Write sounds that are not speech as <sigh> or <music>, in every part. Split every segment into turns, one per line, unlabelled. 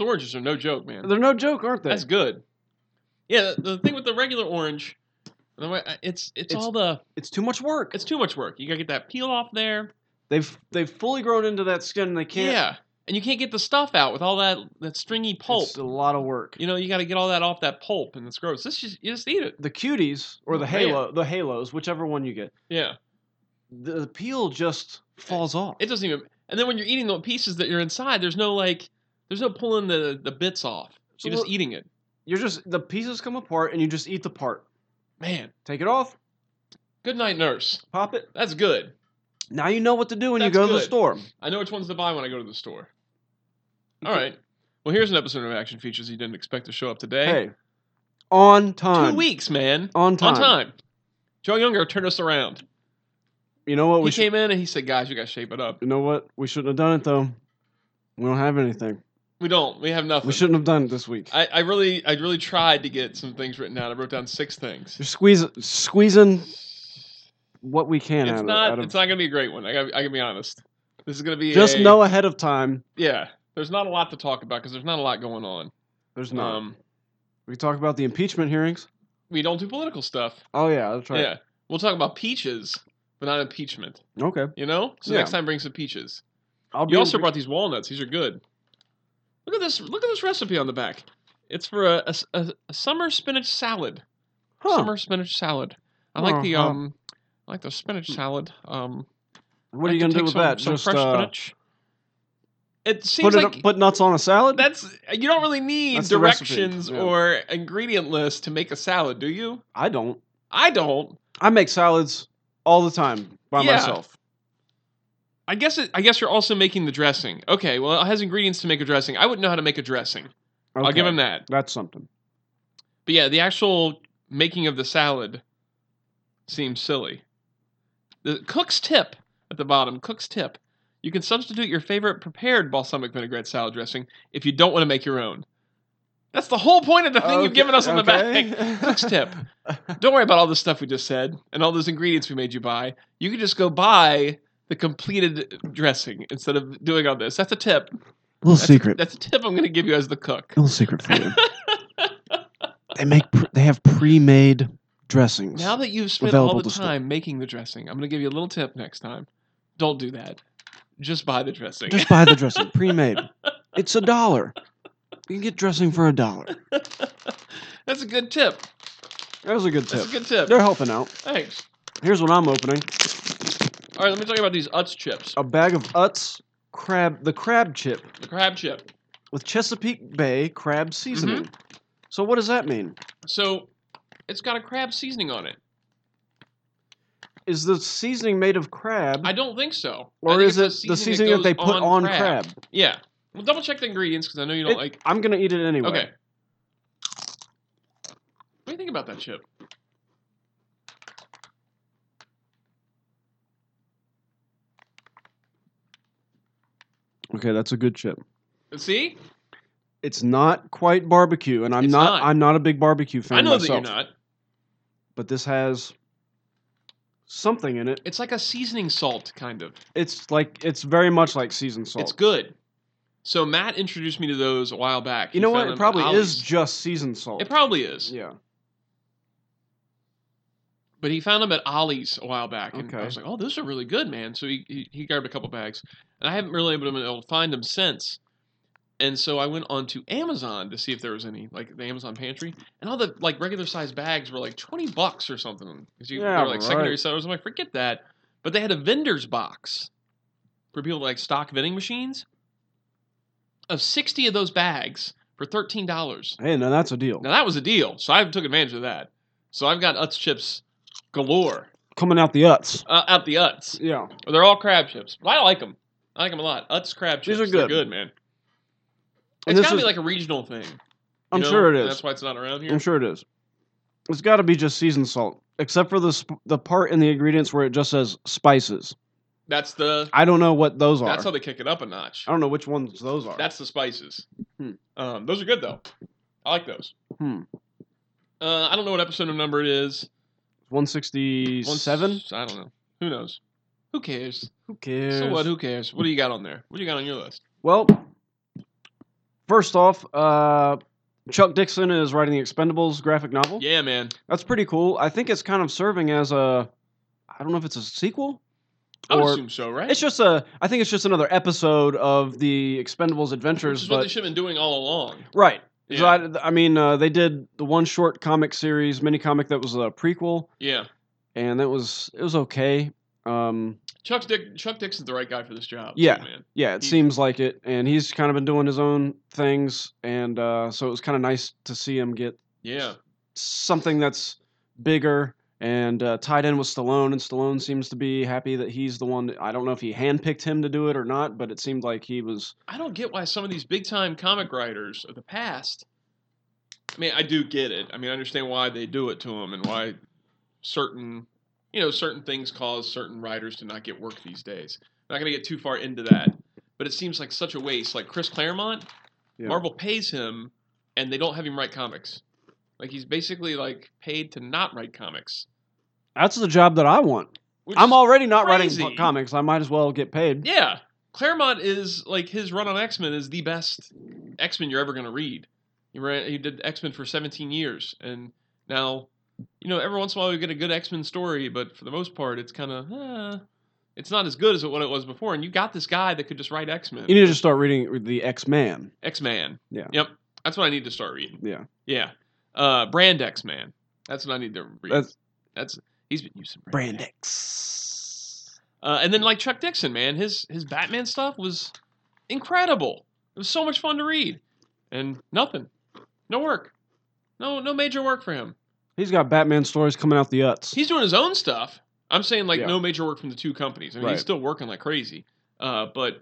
oranges are no joke, man.
They're no joke, aren't they?
That's good. Yeah, the, the thing with the regular orange, the way uh, it's, it's
It's-
all the
It's too much work.
it's too much work. You gotta get that peel off there.
They've they've fully grown into that skin and they can't.
Yeah, and you can't get the stuff out with all that that stringy pulp.
It's a lot of work.
You know, you got to get all that off that pulp, and it's gross. This just you just eat it.
The cuties or the
Oh,
halo, the halos, whichever one you get,
Yeah,
the, the peel just falls off.
it doesn't even. And then when you're eating the pieces that you're inside, there's no like, there's no pulling the the bits off.
So
You're just
what-
eating it.
You're just the pieces come apart and you just eat the part.
Man,
Take it off,
good night, nurse.
pop it.
That's good.
Now you know what to do when you
That's
go to the
good.
store.
I know which ones to buy when I go to the store. All right. Well, here's an episode of Action Features you didn't expect to show up today.
Hey, on time.
Two weeks, man.
On time.
On time. Joe Younger turned us around.
You know what
He
we should.
came in and he said, "Guys, you got to shape it up."
You know what we shouldn't have done it though. We don't have anything.
We don't. We have nothing.
We shouldn't have done it this week.
I, I really, I really tried to get some things written out. I wrote down six things.
You're squeezing, squeezing what we can out
it's
of-
not
out of.
it's not gonna be a great one. I gotta, I gotta be honest. This is gonna be
just
a-
know ahead of time.
Yeah, there's not a lot to talk about because there's not a lot going on.
There's not.
Um,
we can talk about the impeachment hearings.
we don't do political stuff.
Oh yeah, that's right.
Yeah, we'll talk about peaches, but not impeachment.
Okay.
You know. So
Yeah.
next time, bring some peaches.
I'll be
You also
in-
brought these walnuts. These are good. Look at this. Look at this recipe on the back. It's for a, a, a- a summer spinach salad.
Huh.
Summer spinach salad. I like the
Uh-huh.
um. I like the spinach salad. Um,
What
I
are you
could
gonna do
take
with
some-
that?
Some
just
fresh
uh,
spinach. It seems
put it,
like
put nuts on a salad.
that's you don't really need
That's the recipe,
directions
yeah.
or ingredient list to make a salad, do you?
I don't.
I don't.
I make salads all the time by
Yeah.
myself.
I guess it, I guess you're also making the dressing. Okay, well it has ingredients to make a dressing. I wouldn't know how to make a dressing. I'll give
Okay,
him that.
That's something.
But yeah, the actual making of the salad seems silly. The cook's tip at the bottom, cook's tip. You can substitute your favorite prepared balsamic vinaigrette salad dressing if you don't want to make your own. That's the whole point of the thing <laughs> you've given us on the <laughs> back. Cook's tip. Don't worry about all the stuff we just said and all those ingredients we made you buy. You can just go buy the completed dressing instead of doing all this. That's a tip.
<laughs> Little
That's
secret.
That's a tip I'm going to give you as the cook.
Little secret for
<laughs>
you. they make. Pre- they have pre-made dressings.
Now that you've spent all
Available
the
to store.
time making the dressing, I'm going to give you a little tip next time. Don't do that. Just buy the dressing.
Just buy the dressing pre-made. It's a dollar. You can get dressing for a dollar.
<laughs> That's a good tip.
That was a good
That's
tip.
a good tip.
They're helping out.
Thanks.
Here's what I'm opening:
All right, let me talk about these Utz chips.
a bag of Utz crab, the crab chip
The crab chip.
with Chesapeake Bay crab seasoning.
Mm-hmm.
So what does that mean?
So it's got a crab seasoning on it.
Is the seasoning made of crab,
I don't think so. I
or
think
is it
it's
the seasoning that,
goes
they put on, crab?
Yeah. Well, double check the ingredients because I know you don't
It-
like.
I'm gonna eat it anyway.
Okay. What do you think about that chip?
Okay, that's a good chip.
See,
It's not quite barbecue, and I'm
It's
not,
not.
I'm not a big barbecue fan
I know
myself.
that you're not.
But this has something in it.
It's like a seasoning salt, kind of.
It's like it's very much like seasoned salt.
It's good. So Matt introduced me to those a while back.
You
He
know
found
what?
them
It
at
probably is
Ollie's.
just seasoned salt.
It probably is.
yeah.
But he found them at Ollie's a while back, and I
Okay.
was like, "Oh, those are really good, man." So he, he he grabbed a couple bags, and I haven't really been able to find them since. And so I went on to Amazon to see if there was any, like the Amazon pantry, and all the like regular size bags were like twenty bucks or something. 'Cause you,
Yeah,
they were like secondary
right.
sellers. I'm like, forget that. But they had a vendor's box for people to, like stock vending machines of sixty of those bags for thirteen dollars.
Hey, now that's a deal.
Now that was a deal, so I took advantage of that. So I've got Utz chips galore
Coming out the uts.
uh, out the Utz.
Yeah.
They're all crab chips. But I like them. I like them a lot. Utz crab
These
chips.
are
They're
good.
good, man.
And
It's
this
got to
is-
be like a regional thing. you
I'm
know?
sure it
And
is.
That's why it's not around here.
I'm sure it is. It's got to be just seasoned salt, except for the sp- the part in the ingredients where it just says spices.
That's the.
I don't know what those are.
That's how they kick it up a notch.
I don't know which ones those are.
That's the spices.
Hmm.
Um, those are good though. I like those.
Hmm.
Uh, I don't know what episode of number it is.
167.
Once- I don't know. Who knows? Who cares?
Who cares?
So what? Who cares? What do you got on there? What do you got on your list?
Well, First off, uh, Chuck Dixon is writing the Expendables graphic novel.
Yeah, man.
That's pretty cool. I think it's kind of serving as a I don't know if it's a sequel.
I would
Or-
assume so, right?
It's just a I think it's just another episode of the Expendables
Which
adventures
is what
but
they should have been doing all along.
right. So
Yeah.
I, I mean uh, they did the one short comic series mini comic that was a prequel
yeah.
and that was it was okay. Um,
Chuck Dick Chuck Dixon's the right guy for this job. too,
Yeah.
man.
yeah, it
He-
seems like it and he's kind of been doing his own things and uh, so it was kind of nice to see him get
Yeah.
something that's bigger and uh, tied in with Stallone, and Stallone seems to be happy that he's the one. I don't know if he handpicked him to do it or not, but it seemed like he was.
I don't get why some of these big time comic writers of the past. I mean, I do get it. I mean, I understand why they do it to them and why certain, you know, certain things cause certain writers to not get work these days. I'm not going to get too far into that, but it seems like such a waste. Like Chris Claremont,
Yeah.
Marvel pays him, and they don't have him write comics. Like he's basically like paid to not write comics.
That's the job that I want.
Which
I'm already not
crazy.
writing comics. I might as well get paid.
Yeah. Claremont is like his run on X Men is the best X Men you're ever gonna read. He ran he did X Men for seventeen years and now you know, every once in a while you get a good X Men story, but for the most part it's kinda uh, it's not as good as what it was before. And you got this guy that could just write X Men.
You need to just start reading the X Man.
X Man.
Yeah.
Yep. That's what I need to start reading.
Yeah.
Yeah. Uh brand X Man. That's what I need to read. That's,
That's-
he's been using brand.
Brand X.
Uh, and then like Chuck Dixon, man, his his Batman stuff was incredible. It was so much fun to read, and nothing, no work, no no major work for him.
He's got Batman stories coming out the uts.
He's doing his own stuff. I'm saying like
Yeah.
no major work from the two companies. I mean,
Right.
he's still working like crazy, uh, but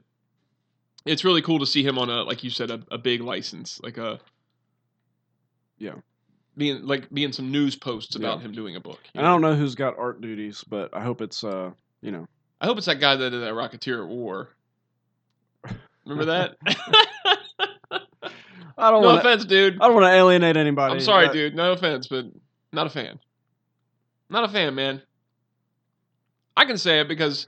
it's really cool to see him on a like you said a, a big license, like a
Yeah.
being like being some news posts
Yeah.
about him doing a book. you
and I don't know who's got art duties, but I hope it's uh you know
I hope it's that guy that did that Rocketeer at War. Remember that?
<laughs>
<laughs>
I don't
No
want to
offense, dude.
I don't want to alienate anybody.
I'm sorry,
but-
dude. No offense, but not a fan. Not a fan, man. I can say it because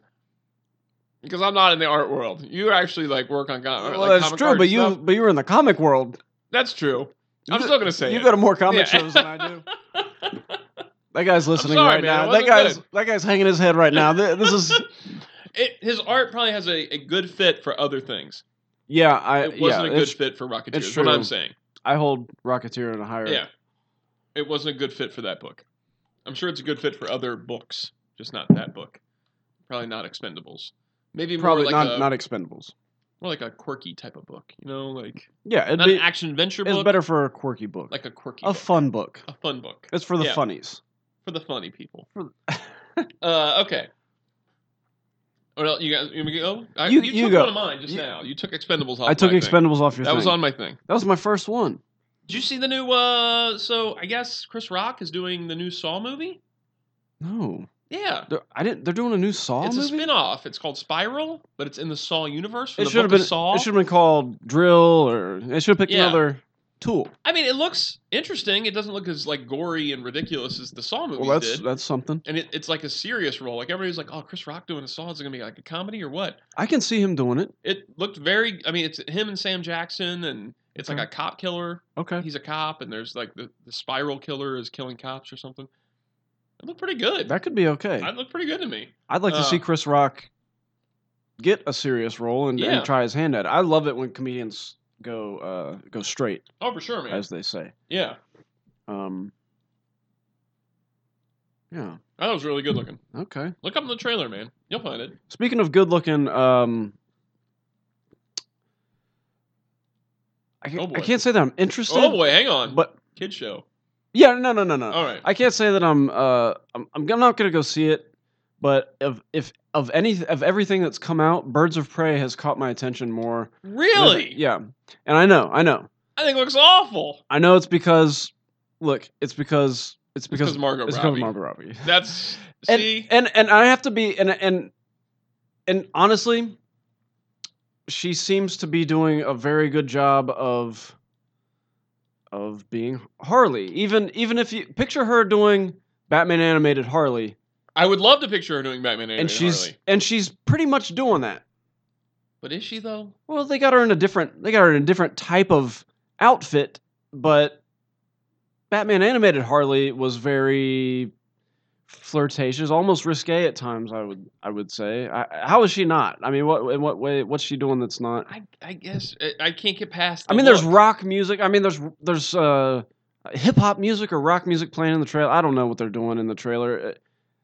because I'm not in the art world. You actually like work on com-
Well,
like
that's
comic
true,
art
but you
stuff.
but you were in the comic world.
that's true.
You
I'm
go-
still gonna say
you
it.
go to more comic
Yeah.
shows than I
<laughs>
do. That guy's listening
sorry,
right
man, it
now. That
wasn't
guy's that guy's hanging his head right now. Th- This
<laughs>
is
It, his art probably has a, a good fit for other things.
yeah. I
It wasn't
Uh, yeah,
a good
it's-
fit for Rocketeer.
it's
That's what I'm
true.
saying.
I hold Rocketeer in a higher.
Yeah, it wasn't a good fit for that book. I'm sure it's a good fit for other books, just not that book. Probably not Expendables. Maybe more
probably
like
not
a,
not Expendables.
more like a quirky type of book, you know, like
Yeah, it'd
not
be
an action adventure
it's
book,
better for a quirky book,
like a quirky,
a
book,
fun book.
a fun book
It's for the
Yeah.
funnies.
for the funny people.
For- <laughs>
uh, okay. What else? You guys, you wanna go? I,
You-
you
you
took
go.
one of mine just
You-
now. You took Expendables off.
I took
my Thing.
Expendables off your.
Oh, That was
thing.
on my thing.
That was my first one.
Did you see the new? uh So I guess Chris Rock is doing the new Saw movie.
No,
Yeah.
They're- I didn't. They're doing a new Saw
it's
movie.
a spin-off. It's called Spiral, but it's in the Saw universe. From
it
the
should have
book of
been.
Saw.
It should have been called Drill, or it should have picked
Yeah.
another tool.
I mean, it looks interesting. It doesn't look as like gory and ridiculous as the Saw movies
Well, that's
did.
that's something.
and it, it's like a serious role. Like everybody's like, "Oh, Chris Rock doing a Saw is it gonna be like a comedy or what?"
I can see him doing it.
It looked very. I mean, it's him and Sam Jackson, and it's like
Okay.
a cop killer.
Okay.
He's a cop, and there's like the, the spiral killer is killing cops or something. It looked pretty good.
That could be okay.
That looked pretty good to me.
I'd like
uh,
to see Chris Rock get a serious role and,
Yeah.
and try his hand at it. I love it when comedians go uh, go straight,
Oh, for sure, man.
as they say.
yeah,
Um, yeah.
that was really good looking.
Okay.
Look up in the trailer, man. You'll find it.
Speaking of good looking, um, I
Oh,
can't,
boy.
I can't say that I'm interested.
Oh boy, hang on.
But
Kid show.
yeah, no, no, no, no.
All right.
I can't say that I'm uh I'm, I'm not gonna go see it, but of if of any of everything that's come out, Birds of Prey has caught my attention more. than-
Really?
yeah, and I know, I know,
I think it looks awful.
I know. It's because look, it's because it's because
Because Margot
it's because
Robbie.
of Margot Robbie.
That's
and,
see.
and and I have to be and and and honestly, she seems to be doing a very good job of of being Harley. Even even if you picture her doing Batman animated Harley,
I would love to picture her doing Batman
and
animated
she's
Harley.
and she's pretty much doing that.
But is she though?
Well, they got her in a different they got her in a different type of outfit, but Batman animated Harley was very flirtatious, almost risque at times. I would I would say. I, how is she not? I mean, what in what way? What's she doing that's not?
I I guess uh, I, I can't get past.
I
the
mean, there's
look.
rock music. I mean, there's there's uh, hip hop music or rock music playing in the trailer. I don't know what they're doing in the trailer. Uh,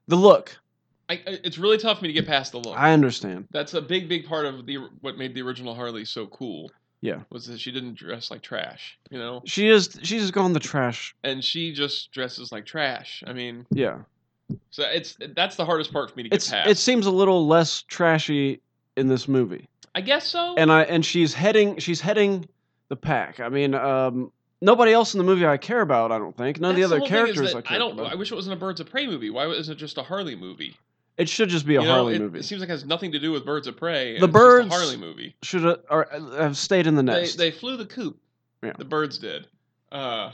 The look,
I, I- it's really tough for me to get past the look.
I understand.
That's a big, big part of the what made the original Harley so cool.
Yeah.
was that she didn't dress like trash, you know,
She is she's just gone the trash.
and she just dresses like trash. I mean,
Yeah,
so it's that's the hardest part for me to get
it's
past.
it seems a little less trashy in this movie.
I guess so.
and I and she's heading she's heading the pack. I mean, um, nobody else in the movie I care about. I don't think none of the
That's
other
whole thing is
characters
that
I care
I don't.
about.
I wish it wasn't a Birds of Prey movie. Why isn't it just a Harley movie?
it should just be a
You know,
Harley
it,
movie.
It seems like it has nothing to do with Birds of Prey. and it's
The
just a
birds-
Harley movie.
should have, or, uh, have stayed in the
They,
nest.
they flew the coop.
Yeah.
The birds did. Uh,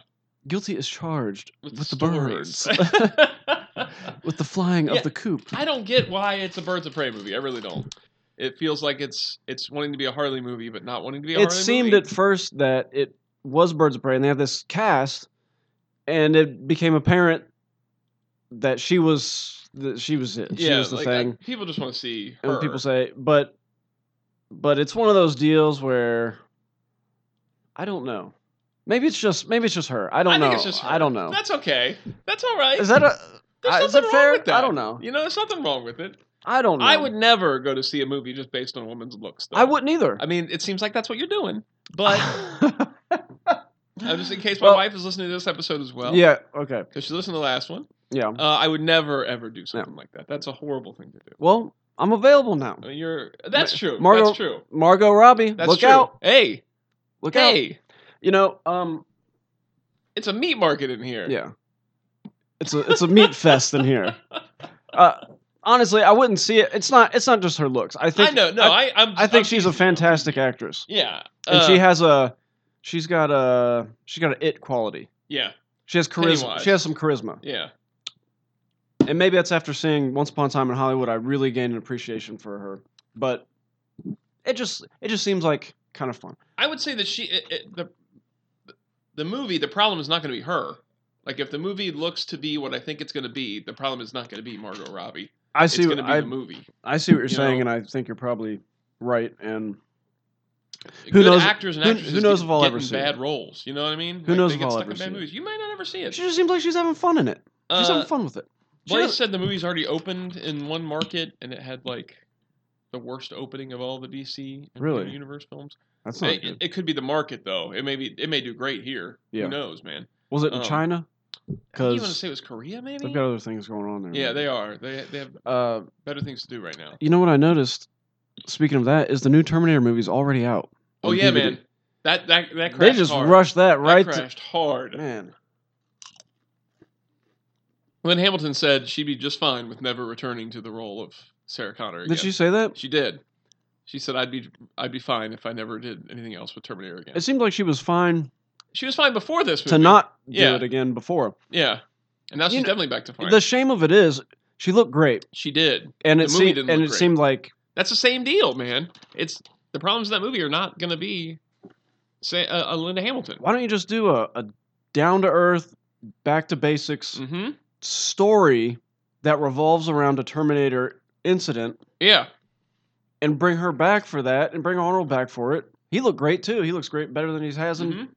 Guilty is charged
with,
with,
the
the
stories.
birds,
<laughs>
with the flying
Yeah.
of the coop.
I don't get why it's a Birds of Prey movie. I really don't. It feels like it's it's wanting to be a Harley movie, but not wanting to be a
It
Harley
seemed
movie.
at first that it was Birds of Prey, and they have this cast, and it became apparent that she was that she was it. She was the
like,
thing.
I- people just want to see her.
and when people say but but it's one of those deals where i don't know maybe it's just maybe it's just her i don't
I
know
think it's just her.
i don't know
That's okay. That's all right.
is that a
There's
uh,
nothing
is that
wrong
fair
with that.
i don't know
You know, there's nothing wrong with it.
i don't know
I would never go to see a movie just based on a woman's looks. Though.
i wouldn't either
I mean, it seems like that's what you're doing.
<laughs>
But uh, just in case my
Well-
wife is listening to this episode as well,
yeah okay
because she listened to the last one,
yeah
uh, I would never ever do something like that. That's a horrible thing to do.
well i'm available now
I mean, Uh, you're that's true.
Margot-
that's true.
margot robbie
That's
look
true.
out
Hey,
look out
hey,
you know um
it's a meat market in here.
Yeah. It's a it's a meat fest in
<laughs>
here. Uh, honestly, I wouldn't see it. It's not it's not just her looks. I think
I know. No, I, I'm.
I think
I'm
she's
teasing
a
you.
fantastic actress,
Yeah,
and
uh,
she has a she's got a she's got an it quality.
yeah,
She has charisma.
Pennywise.
She has some charisma,
yeah.
and maybe that's after seeing Once Upon a Time in Hollywood. I really gained an appreciation for her, but it just it just seems like kind of fun.
I would say that she it, it, the the movie. The problem is not going to be her. Like if the movie looks to be what I think it's going to be, the problem is not going to be Margot Robbie.
I
It's
see.
going to
What,
be
I,
the movie.
I see what you're
you
saying,
know.
and I think you're probably right. And
Who Good
knows-
Actors and
who-
actresses
who knows
get,
if I'll
get
ever
in
see
bad
it?
roles. You know what I mean?
Who
Like,
knows
they
if
get
I'll
stuck
ever
in bad
see it?
movies. You might not ever see it.
she just seems like she's having fun in it. She's
Uh,
having fun with it. She
Blaze
does-
said the movie's already opened in one market, and it had like the worst opening of all the DC and
Really?
universe films.
That's not
It,
good.
it, could be the market though. It may be. It may do great here.
Yeah.
Who knows, man?
Was it in
Um,
China?
I think you want to
Because
say it was Korea, maybe?
they've got other things going on there.
yeah, they are. They they have
Uh,
better things to do right now.
you know what I noticed? Speaking of that, is the new Terminator movie's already out?
Oh
on
yeah,
DVD.
man. That that that crashed
They just
hard.
rushed that
That
right.
crashed hard.
to, man,
Lynn Hamilton said she'd be just fine with never returning to the role of Sarah Connor again.
did she say that?
She did. She said I'd be I'd be fine if I never did anything else with Terminator again.
It seemed like she was fine
she was fine before this movie.
to not do
Yeah.
it again before.
Yeah. And now
You
she's
know,
definitely back to fine.
The shame of it is she looked great,
she did.
and
The movie
it seemed
didn't
and it
look great.
seemed like
That's the same deal, man. It's the problems in that movie are not going to be say uh, uh, Linda Hamilton.
why don't you just do a, a down to earth, back to basics
Mm-hmm.
story that revolves around a Terminator incident
Yeah.
and bring her back for that and bring Arnold back for it. He looked great too. He looks great better than he has in
Mhm.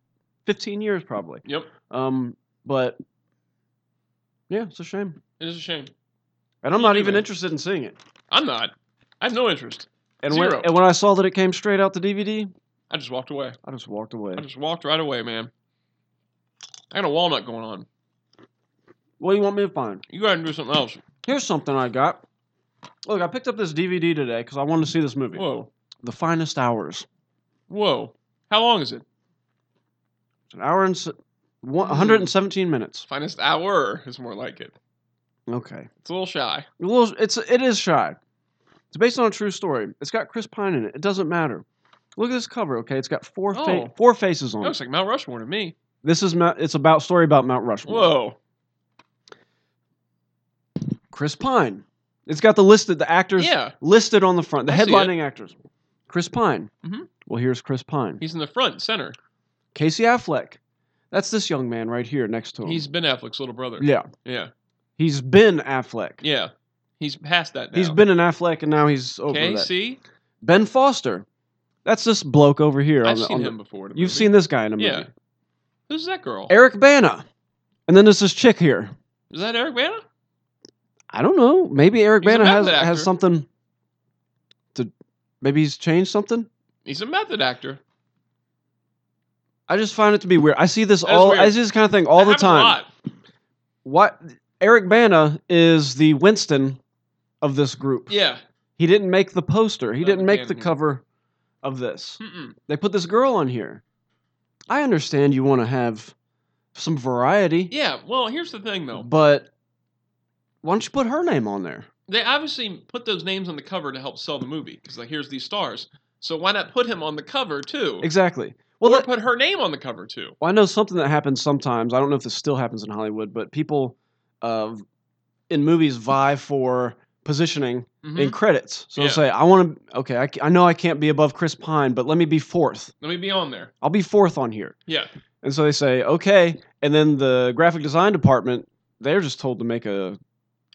15 years probably.
Yep.
Um but yeah, it's a shame.
It is a shame.
And I'm
Me
not
too,
even
man.
interested in seeing it.
I'm not. I have no interest.
And when,
Zero.
and when I saw that it came straight out the DVD,
I just walked away.
I just walked away.
I just walked right away, man. I got a walnut going on.
What do you want me to find?
You go ahead and do something else.
Here's something I got. Look, I picked up this DVD today because I wanted to see this movie.
Whoa.
The Finest Hours.
Whoa. How long is it?
It's an hour and s- one-
Mm.
117 minutes.
Finest hour is more like it.
Okay.
It's a little shy.
A little, it's it is shy. It's based on a true story. It's got Chris Pine in it. It doesn't matter. Look at this cover, okay? It's got four
Oh.
fa- four faces
It
on
looks
it.
like Mount Rushmore to me.
This is Mount, it's about story about Mount Rushmore.
Whoa.
Chris Pine. It's got the listed the actors
Yeah.
listed on the front, the
I see it.
headlining actors. Chris Pine.
Mhm.
Well, here's Chris Pine.
He's in the front center.
Casey Affleck. That's this young man right here next to him.
He's Ben Affleck's little brother.
yeah.
yeah,
He's been Affleck.
yeah. He's past that now.
He's been an Affleck, and now he's over
Okay,
that.
see,
Ben Foster. That's this bloke over here. on
I've
the-
seen
on the-
him before. in a
You've
movie.
seen this guy in a movie.
Yeah. who's that girl?
Eric Bana. And then there's this chick here.
Is that Eric Bana?
I don't know. Maybe Eric
He's a
Bana has,
method actor.
has something to. Maybe he's changed something.
He's a method actor.
I just find it to be weird. I see this
That is
all.
weird.
I see this kind of thing all
That
the
happens a
time.
lot.
What Eric Bana is the Winston of this group.
Yeah.
He didn't make the poster. He
Oh,
didn't make
damn,
the
yeah.
cover of this.
Mm-mm.
They put this girl on here. I understand you want to have some variety,
Yeah. Well, here's the thing, though.
but why don't you put her name on there?
They obviously put those names on the cover to help sell the movie because like here's these stars. So why not put him on the cover too?
Exactly. Well,
or
that-
put her name on the cover too.
well, I know something that happens sometimes. I don't know if this still happens in Hollywood, but people uh, in movies vie for positioning
Mhm.
in credits. So
Yeah.
say, I want to. Okay, I, ca- I know I can't be above Chris Pine, but let me be fourth.
Let me be on there.
I'll be fourth on here.
Yeah.
And so they say, okay. And then the graphic design department, they're just told to make a,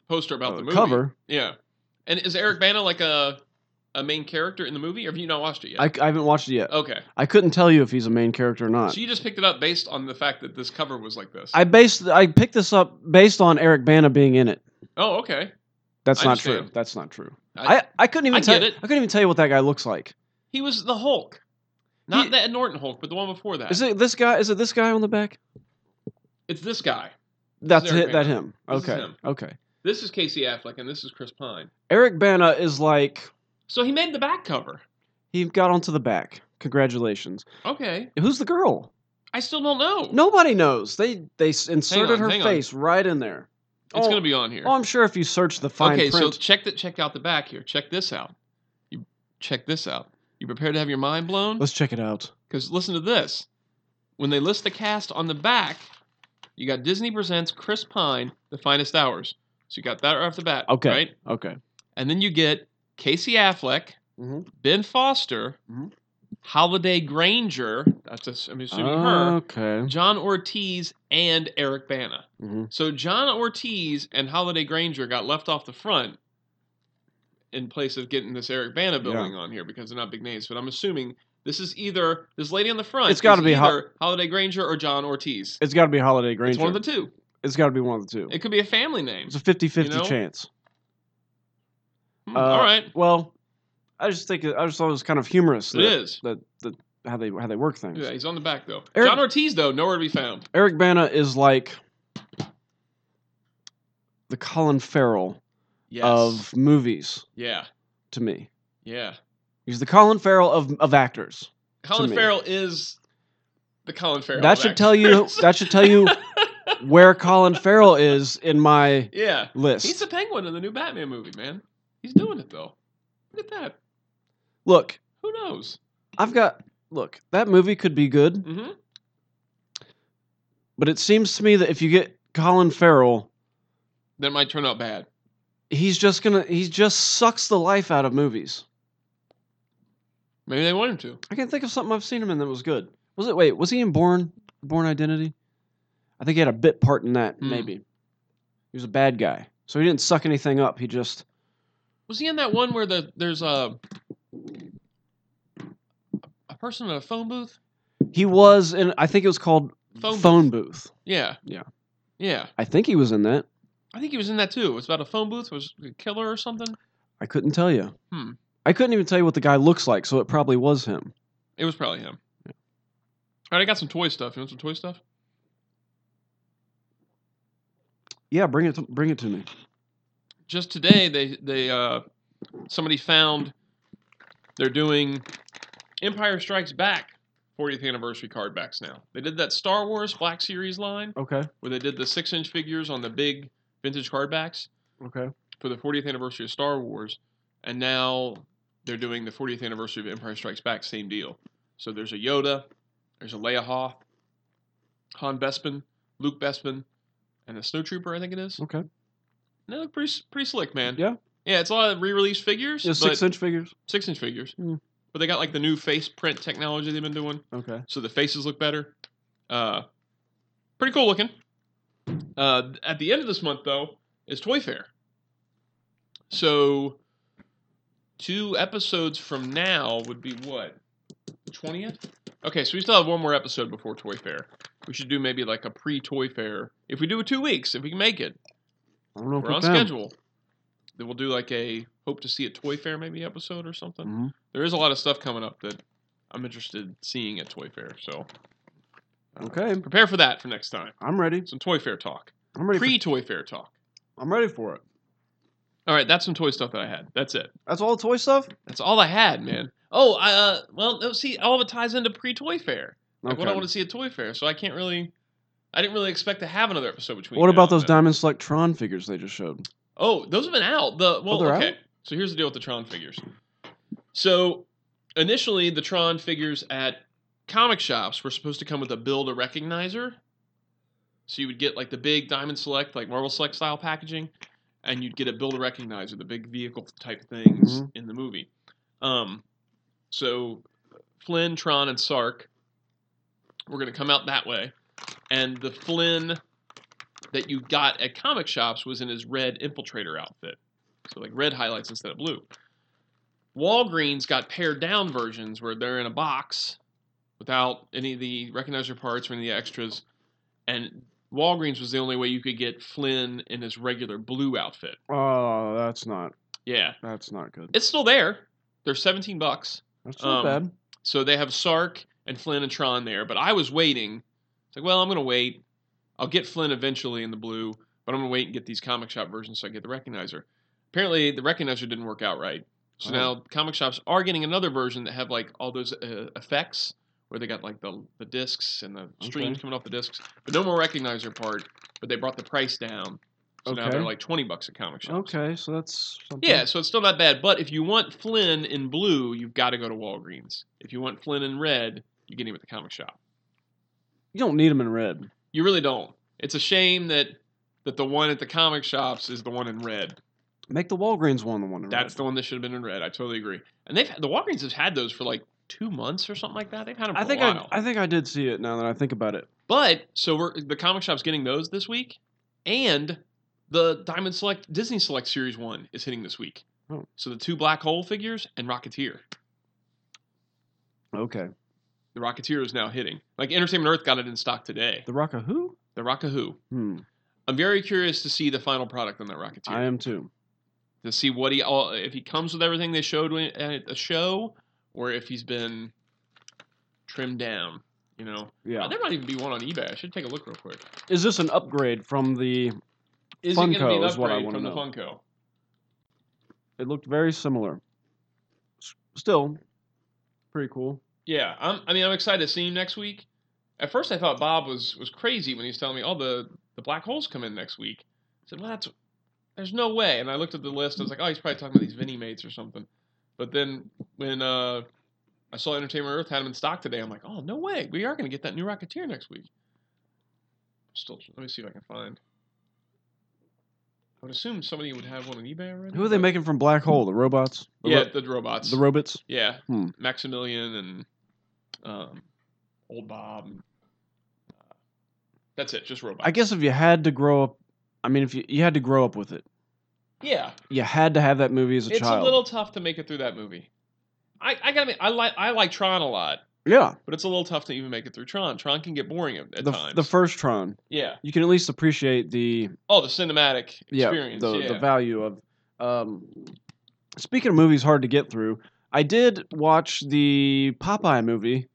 Poster about
a
the movie.
Oh, cover.
Yeah. And is Eric Bana like a a main character in the movie? Or have you not watched it yet?
I, I haven't watched it yet.
okay.
I couldn't tell you if he's a main character or not.
So you just picked it up based on the fact that this cover was like this.
I based I picked this up based on Eric Bana being in it.
oh, okay.
That's
I
not
understand.
true. That's not true.
I-
I, I, couldn't even
I
tell
get it.
I couldn't even tell you what that guy looks like.
He was the Hulk. Not
He-
that Norton Hulk, but the one before that.
Is it this guy? Is it this guy on the back?
It's this guy.
That's
Eric
it. That
Bana.
him.
This is
Okay.
him.
Okay.
This is Casey Affleck, and this is Chris Pine.
Eric Bana is like
So he made the back cover.
He got onto the back. Congratulations.
Okay.
Who's the girl?
I still don't know.
Nobody knows. They they s- inserted
on,
her
hang on.
face right in there.
It's
oh,
gonna be on here.
Oh, I'm sure if you search the fine
okay, so
print.
check that. Check out the back here. Check this out. You check this out. You prepared to have your mind blown?
Let's check it out.
Because listen to this. When they list the cast on the back, you got Disney presents Chris Pine, The Finest Hours. So you got that right off the bat.
Okay.
Right.
Okay.
And then you get Casey Affleck,
Mhm.
Ben Foster,
Mhm.
Holiday Granger. That's ass- I'm assuming her.
Okay.
John Ortiz and Eric Bana.
Mhm.
So John Ortiz and Holiday Granger got left off the front in place of getting this Eric Bana building on here because they're not big names. But I'm assuming this is either this lady on the front.
It's gotta
is
be Ho-
either Holiday Granger or John Ortiz.
It's got to be Holiday Granger.
It's one of the two.
it's got to be one of the two.
It could be a family name.
It's a 50-50
you know?
chance.
Hmm,
Uh,
All right,
Well, I just think it, I just thought it was kind of humorous.
it
that,
is.
That, that how they how they work things.
Yeah, he's on the back though.
Eric-
John Ortiz though nowhere to be found.
Eric Bana is like the Colin Farrell
Yes.
of movies
yeah,
to me.
yeah.
He's the Colin Farrell of, of actors.
Colin
me.
Farrell is the Colin Farrell.
that
of
should tell you
actors.
that should tell you where Colin Farrell is in my
<laughs> yeah.
list.
He's the penguin in the new Batman movie, man. He's doing it though. Look at that.
look,
Who knows?
I've got look, that movie could be good,
Mm-hmm.
but it seems to me that if you get Colin Farrell,
That might turn out bad.
he's just gonna he just sucks the life out of movies.
Maybe they want him to.
I can't think of something I've seen him in that was good. Was it wait, was he in Born Born Identity? I think he had a bit part in that,
Hmm.
maybe. He was a bad guy. So he didn't suck anything up. He just
Was he in that one where the there's a a person in a phone booth?
he was in I think it was called
Phone booth.
phone booth.
Yeah.
Yeah.
Yeah.
I think he was in that.
I think he was in that too. It was about a phone booth. Was a killer or something?
I couldn't tell you.
Hmm.
I couldn't even tell you what the guy looks like, so it probably was him.
It was probably him. All right, I got some toy stuff. You want some toy stuff?
Yeah, bring it, to, bring it to me.
just today they they uh somebody found they're doing Empire Strikes Back 40th anniversary card backs now. They did that Star Wars Black Series line
Okay,
where they did the six inch figures on the big vintage card backs
okay.
for the 40th anniversary of Star Wars, and now they're doing the 40th anniversary of Empire Strikes Back, same deal. So there's a Yoda, there's a Leia Hoth, Han Bespin, Luke Bespin, and a Snowtrooper, I think it is.
Okay.
And they look pretty s- pretty slick, man.
Yeah.
Yeah, it's a lot of re-release figures,
Yeah,
six,
six inch figures.
six inch figures.
Mm.
but they got like the new face print technology they've been doing,
Okay.
so the faces look better. Uh, pretty cool looking. Uh, at the end of this month, though, is Toy Fair. So, two episodes from now would be what? The 20th? Okay, so we still have one more episode before Toy Fair. We should do maybe like a pre Toy Fair. If we do it two weeks, if we can make it,
I don't know. if
we're on
can.
schedule. Then we'll do like a hope to see at Toy Fair maybe episode or something.
Mhm.
There is a lot of stuff coming up that I'm interested in seeing at Toy Fair. So
Okay.
prepare for that for next time.
I'm ready.
Some Toy Fair talk,
I'm ready.
pre Toy Fair talk.
for, I'm ready for it.
All right, that's some toy stuff that I had. That's it.
That's all the toy stuff.
That's all I had, man. Oh, I, uh, well, no, see, all of it ties into pre Toy Fair. Like what I want to see at Toy Fair. So I can't really, I didn't really expect to have another episode between.
What
now
about
and
those
then.
Diamond Select Tron figures they just showed?
Oh, those have been out. The well,
they're
okay.
out?
So here's the deal with the Tron figures. So initially, the Tron figures at comic shops were supposed to come with a build a recognizer. So you would get like the big Diamond Select, like Marvel Select style packaging, and you'd get a build a recognizer, the big vehicle type things in the movie. Um, so Flynn, Tron, and Sark were going to come out that way, and the Flynn that you got at comic shops was in his red infiltrator outfit. So like red highlights instead of blue. Walgreens got pared down versions where they're in a box without any of the recognizer parts or any of the extras. And Walgreens was the only way you could get Flynn in his regular blue outfit.
Oh, that's not.
Yeah.
That's not good.
It's still there. They're 17 bucks.
That's not
um,
bad.
So they have Sark and Flynn and Tron there, but I was waiting. It's like, well, I'm gonna wait. I'll get Flynn eventually in the blue, but I'm gonna wait and get these comic shop versions so I get the recognizer. Apparently, the recognizer didn't work out right. So
Oh.
now comic shops are getting another version that have like all those uh, effects where they got like the the discs and the streams coming off the discs, but no more recognizer part. But they brought the price down, so now
Okay.
they're like twenty bucks at comic shops.
Okay, so that's something.
Yeah, so it's still not bad. But if you want Flynn in blue, you've got to go to Walgreens. If you want Flynn in red, you get him at the comic shop.
You don't need them in red.
You really don't. It's a shame that that the one at the comic shops is the one in red.
Make the Walgreens one the one in
That's
red.
the one that should have been in red. I totally agree. And they've the Walgreens has had those for like two months or something like that. They've had them for
I think
a while.
I, I think I did see it now that I think about it.
but so we're the comic shop's getting those this week, and the Diamond Select Disney Select Series One is hitting this week.
Oh.
So the two Black Hole figures and Rocketeer.
Okay.
The Rocketeer is now hitting. Like Entertainment Earth got it in stock today.
The Rock of Who?
The Rockahoo.
Hmm.
I'm very curious to see the final product on that Rocketeer.
I am too.
to see what he all if he comes with everything they showed when- at a show, or if he's been trimmed down. You know,
Yeah.
there might even be one on eBay. I should take a look real quick.
Is this an upgrade from the?
Is it going to be
Funko
an
is what I
upgrade
wanna
from the
know.
Funko?
It looked very similar. S- Still, pretty cool.
Yeah, I'm, I mean, I'm excited to see him next week. At first, I thought Bob was was crazy when he was telling me, "Oh, the the black holes come in next week." I said, "Well, that's there's no way." And I looked at the list. I was like, "Oh, he's probably talking about these Vinnie mates or something." But then when uh, I saw Entertainment Earth had him in stock today, I'm like, "Oh, no way! We are going to get that new Rocketeer next week." Still, let me see if I can find. I would assume somebody would have one on eBay already.
Who are they
but-
making from Black Hole? The robots? The
Yeah,
ro-
the robots.
the robots.
Yeah,
Hmm.
Maximilian and um, old Bob. and, uh, that's it, just robots.
I guess if you had to grow up, I mean, if you, you had to grow up with it,
Yeah,
you had to have that movie as a
it's
child.
a little tough to make it through that movie. I, I gotta, admit, I like I like Tron a lot,
yeah,
but it's a little tough to even make it through Tron. Tron can get boring at, at
the,
times.
the first Tron,
yeah.
you can at least appreciate the
Oh, the cinematic
yeah
experience.
the
yeah.
the value of. Um, speaking of movies hard to get through, I did watch the Popeye movie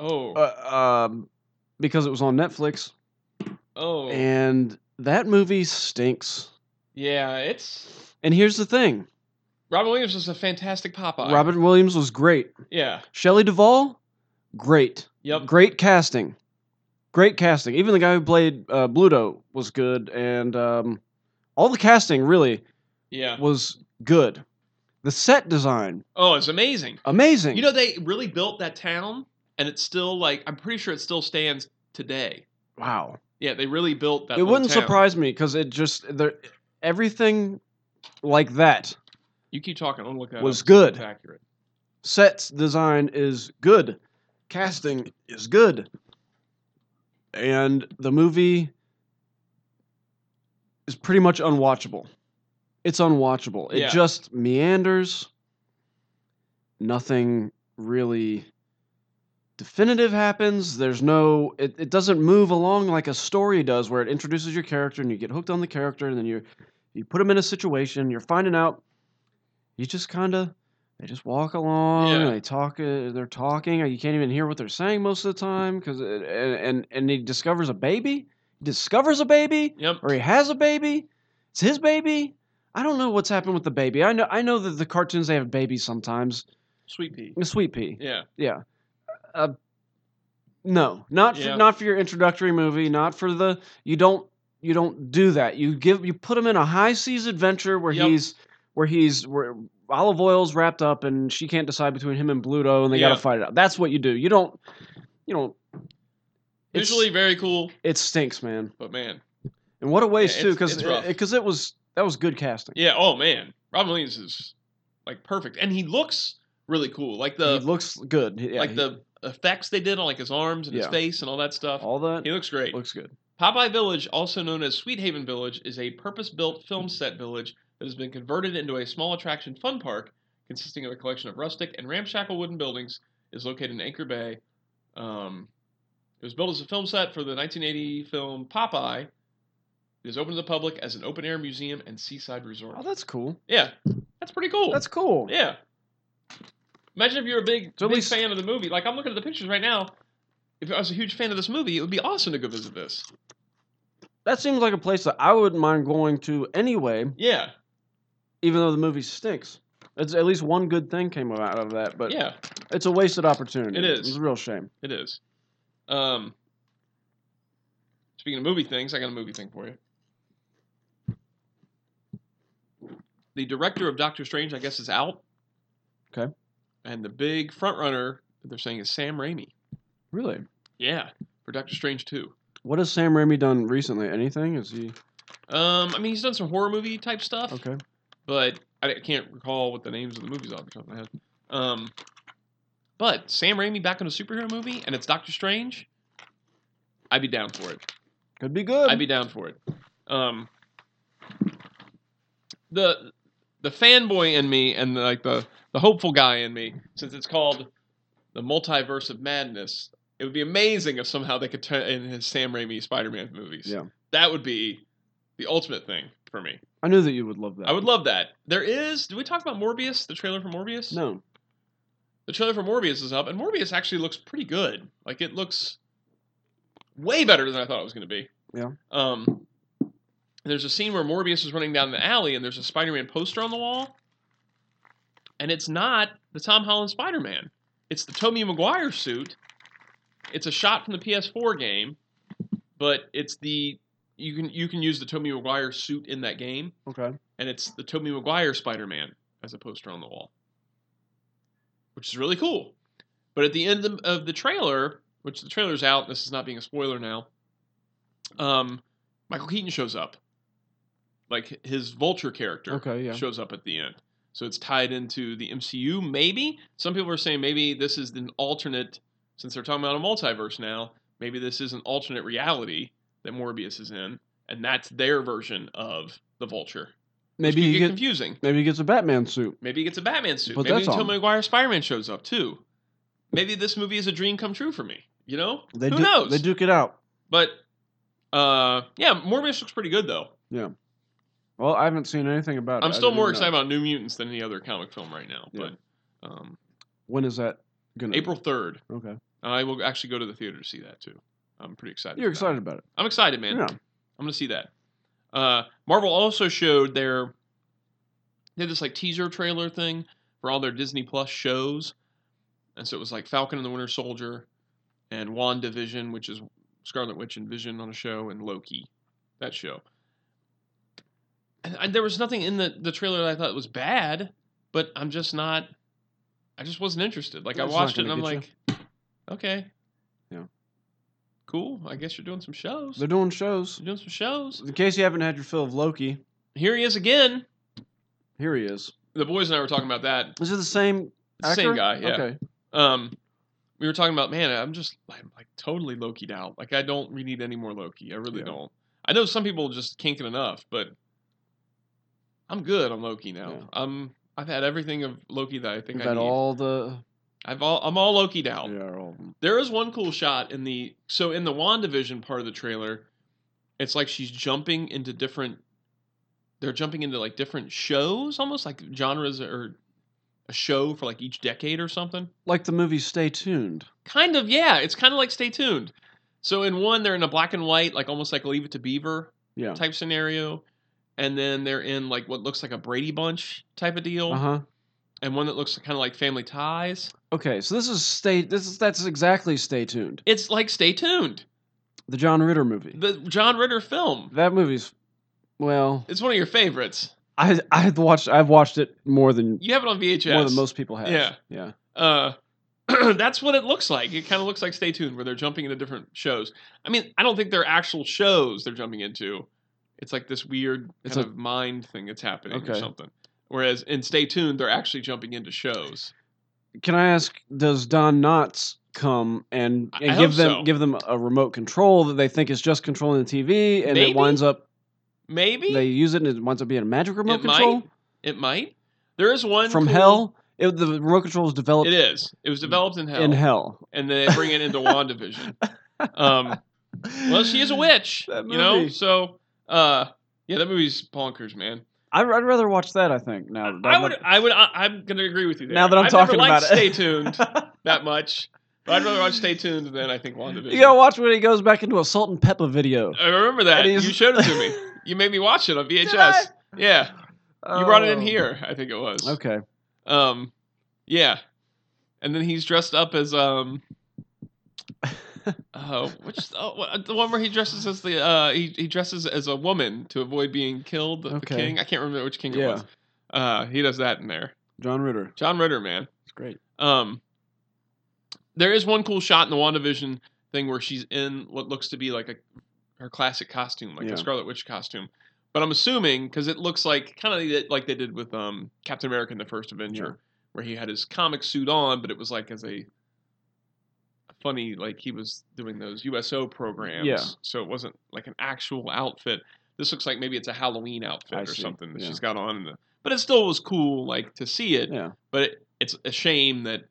oh,
uh, um, because it was on Netflix,
oh,
and that movie stinks.
yeah. It's
And here's the thing:
Robin Williams is a fantastic Popeye.
Robin Williams was great.
Yeah.
Shelley Duvall, great.
Yep.
Great casting. Great casting. Even the guy who played uh, Bluto was good, and um, all the casting really
Yeah.
was good. The set design,
Oh, it's amazing.
amazing.
You know, they really built that town, and it's still like I'm pretty sure it still stands today.
wow.
Yeah, they really built that.
It
little
wouldn't
town.
surprise me because it just there, everything like that
You keep talking. I'm gonna look that
Was
up and see if
good.
it's accurate.
Sets design is good. Casting is good. And the movie is pretty much unwatchable. It's unwatchable. It
Yeah.
just meanders. Nothing really definitive happens. There's no it, it doesn't move along like a story does where it introduces your character and you get hooked on the character and then you you put them in a situation, you're finding out you just kind of they just walk along,
Yeah.
they talk uh, they're talking, and you can't even hear what they're saying most of the time cuz and, and and he discovers a baby. He discovers a baby
Yep.
or he has a baby. It's his baby. I don't know what's happened with the baby. I know I know that the cartoons they have babies sometimes.
Sweet pea.
Sweet pea.
Yeah.
Yeah. Uh, no, not
Yeah.
for, not for your introductory movie. Not for the you don't you don't do that. You give you put him in a high seas adventure where
Yep.
he's where he's where olive oil's wrapped up and she can't decide between him and Bluto and they got
Yeah.
to fight it out. That's what you do. You don't you don't. it's-
Visually very cool,
it stinks, man.
but man.
And what a waste
Yeah,
too,
it's-
because
it's rough.
because it was that was good casting.
Yeah, oh man. Robin Williams is like perfect. And he looks really cool. Like
he
the
looks good. Yeah,
like
he-
the effects they did on like his arms and
Yeah.
his face and all that stuff.
all that
he looks great.
looks good.
Popeye Village, also known as Sweet Haven Village, is a purpose built film set village that has been converted into a small attraction fun park consisting of a collection of rustic and ramshackle wooden buildings. is located in Anchor Bay. Um, it was built as a film set for the 1980 film Popeye. It is open to the public as an open air museum and seaside resort.
Oh, that's cool.
yeah, that's pretty cool.
That's cool.
Yeah. Imagine if you're a big,
So at
big
least-
fan of the movie. Like I'm looking at the pictures right now. If I was a huge fan of this movie, it would be awesome to go visit this.
That seems like a place that I wouldn't mind going to anyway,
Yeah.
even though the movie stinks. It's at least one good thing came out of that, but
yeah,
it's a wasted opportunity.
It is.
It's a real shame.
it is. Um, speaking of movie things, I got a movie thing for you. The director of Doctor Strange, I guess, is out.
Okay.
And the big front runner that they're saying is Sam Raimi.
Really.
Yeah, for Doctor Strange two.
What has Sam Raimi done recently? Anything? Is he
Um, I mean, he's done some horror movie type stuff,
okay?
but I can't recall what the names of the movies are off the top of my head. Um, but Sam Raimi back in a superhero movie, and it's Doctor Strange. I'd be down for it.
Could be good.
I'd be down for it. Um, the the fanboy in me and the, like the the hopeful guy in me, since it's called the multiverse of madness, it would be amazing if somehow they could turn in his Sam Raimi Spider-Man movies.
Yeah.
that would be the ultimate thing for me.
I knew that you would love that.
I would love that. There is. Did we talk about Morbius? The trailer for Morbius?
No.
The trailer for Morbius is up, and Morbius actually looks pretty good. Like it looks way better than I thought it was going to be.
Yeah.
Um. There's a scene where Morbius is running down the alley, and there's a Spider-Man poster on the wall, and it's not the Tom Holland Spider-Man. It's the Tobey Maguire suit. It's a shot from the PS4 game, but it's the you can you can use the Tobey Maguire suit in that game
Okay.
and it's the Tobey Maguire Spider-Man as a poster on the wall, which is really cool. But at the end of the, of the trailer, which the trailer's out, this is not being a spoiler now. Um, Michael Keaton shows up, like his Vulture character
Okay. Yeah.
shows up at the end. So it's tied into the MCU, maybe. Some people are saying maybe this is an alternate, since they're talking about a multiverse now, maybe this is an alternate reality that Morbius is in, and that's their version of the Vulture. Which
Maybe
could
he
get
get,
confusing.
maybe he gets a Batman suit.
Maybe he gets a Batman suit.
But
maybe
that's all.
Tobey Maguire Spider-Man shows up too. Maybe this movie is a dream come true for me. You know,
They
who
du-
knows?
They duke it out.
But uh, yeah, Morbius looks pretty good though.
Well, I haven't seen anything about it.
I'm
I
still
didn't
more
know.
excited about New Mutants than any other comic film right now.
Yeah. Hmm.
But um,
When is that gonna?
April third,
Okay.
I will actually go to the theater to see that too. I'm pretty excited.
You're
about it.
excited about it.
I'm excited, man.
Yeah.
I'm gonna see that. Uh, Marvel also showed their they had this like teaser trailer thing for all their Disney Plus shows, and so it was like Falcon and the Winter Soldier, and Wand Division, which is Scarlet Witch and Vision on a show, and Loki, that show. And, and there was nothing in the the trailer that I thought was bad, but I'm just not. I just wasn't interested. Like I
It's not
watched it and
gonna
I'm
get you.
like, okay,
Yeah.
cool. I guess you're doing some shows.
They're doing shows.
You're doing some shows.
In case you haven't had your fill of Loki,
Here he is again.
here he is.
The boys and I were talking about that.
This is the same
It's the
actor?
same guy. Yeah.
Okay.
Um, we were talking about man. I'm just I'm like totally Loki'd out. Like I don't really need any more Loki. I really
Yeah.
don't. I know some people just can't get enough, but I'm good on Loki now.
Yeah.
I'm I've had everything of Loki that I think
You've
I
had
need.
all the
I've all I'm all Loki'd out.
yeah, all of them.
There is one cool shot in the so in the WandaVision part of the trailer, it's like she's jumping into different they're jumping into like different shows, almost like genres or a show for like each decade or something.
Like the movie Stay Tuned.
Kind of, yeah. It's kind of like stay tuned. So in one they're in a black and white, like almost like leave it to beaver
Yeah.
type scenario. And then they're in like what looks like a Brady Bunch type of deal.
Uh huh.
And one that looks kind of like family ties.
Okay, so this is stay. This is that's exactly Stay Tuned,
It's like stay tuned.
the John Ritter movie.
The John Ritter film.
that movie's, well,
It's one of your favorites.
I I had watched I've watched it more than
You have it on VHS.
more than most people have.
Yeah.
yeah.
Uh, <clears throat> that's what it looks like. It kind of looks like Stay Tuned, where they're jumping into different shows. I mean, I don't think they're actual shows they're jumping into. It's like this weird kind
It's a-
of mind thing that's happening or
Okay.
something. Whereas in Stay Tuned, they're actually jumping into shows.
Can I ask? Does Don Knotts come and,
I- I
and
hope
give them
so.
give them a remote control that they think is just controlling the TV, and
Maybe?
it winds up
Maybe
they use it and it winds up being a magic remote
It might.
control
it might. There is one
from
cool-
hell? It, the remote control was developed
It is. It was developed in hell,
in hell.
and they bring it into
<laughs>
Wandavision. Um, well, she is a witch,
That
you know.
movie.
So, uh, yeah, that movie's bonkers, man.
I'd, I'd rather watch that. I think now. That
I would, I would, I, I'm going to agree with you there.
Now that I'm
I've
talking
never liked
about
Stay
<laughs> it.
tuned that much, but I'd rather watch Stay tuned than I think WandaVision.
you gotta watch when he goes back into a Salt and Pepper video.
I remember Uh, that
And
you
he's-
showed it to
<laughs>
me. You made me watch it on VHS.
I?
Yeah, you brought it in
Oh.
here. I think it was.
Okay.
Um, yeah, and then he's dressed up as
<laughs>
um. Oh, which oh, what- the one where he dresses as the uh he, he dresses as a woman to avoid being killed. The
Okay.
king, I can't remember which king it
Yeah.
was. Uh, he does that in there.
John Ritter.
John Ritter, man.
It's great.
Um, there is one cool shot in the WandaVision thing where she's in what looks to be like a her classic costume, like
Yeah.
a Scarlet Witch costume. But I'm assuming because it looks like kind of like they did with um, Captain America in the First Avenger, where he had his comic suit on, but it was like as a funny like he was doing those USO programs,
Yeah.
so it wasn't like an actual outfit. This looks like maybe it's a Halloween outfit
I
or
see.
something that
Yeah.
she's got on. in the- but it still was cool, like to see it
Yeah.
but it, it's a shame that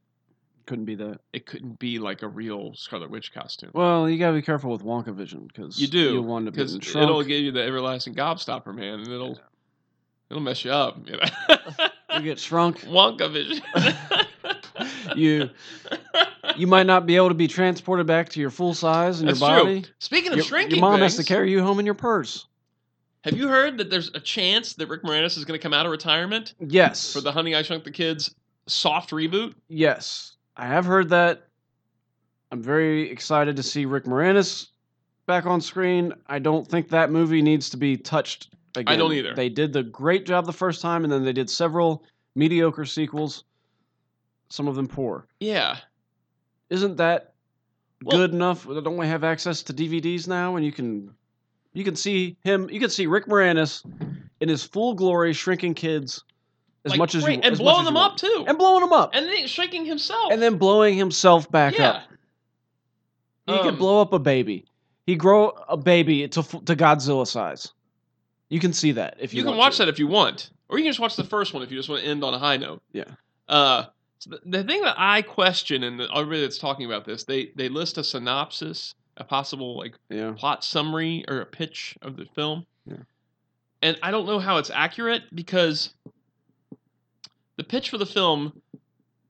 Couldn't be that.
it couldn't be like a real Scarlet Witch costume
Well, you gotta be careful with Wonka vision because
You do,
You want to be
because
in
it'll
trunk.
give you the everlasting gobstopper, man, and it'll it'll mess you up. You <laughs> know?
you
<laughs>
get shrunk.
Wonka vision.
You you might not be able to be transported back to your full size in
That's
your body.
true. Speaking of
Your,
shrinking,
your mom has to
things,
carry you home in your purse.
Have you heard that there's a chance that Rick Moranis is going to come out of retirement
Yes.
for the Honey I Shrunk the Kids soft reboot?
yes, I have heard that. I'm very excited to see Rick Moranis back on screen. I don't think that movie needs to be touched again.
don't either.
They did the great job the first time, and then they did several mediocre sequels. Some of them poor.
Yeah,
Isn't that
Well-
good enough? Don't we have access to DVDs now, and you can you can see him? You can see Rick Moranis in his full glory, shrinking kids as
Like,
much as you
great. and
as much
blowing
as you
them
want.
up too,
and blowing them up,
and then shrinking himself,
<laughs> and then blowing himself back
yeah.
up. He
Um,
could blow up a baby. He grow a baby to f- to Godzilla size. You can see that if you,
you can
want
watch
to.
that if you want, or you can just watch the first one if you just want to end on a high note.
Yeah.
Uh, so the, the thing that I question, and the, everybody that's talking about this, they they list a synopsis, a possible like
Yeah,
plot summary or a pitch of the film,
Yeah.
and I don't know how it's accurate because the pitch for the film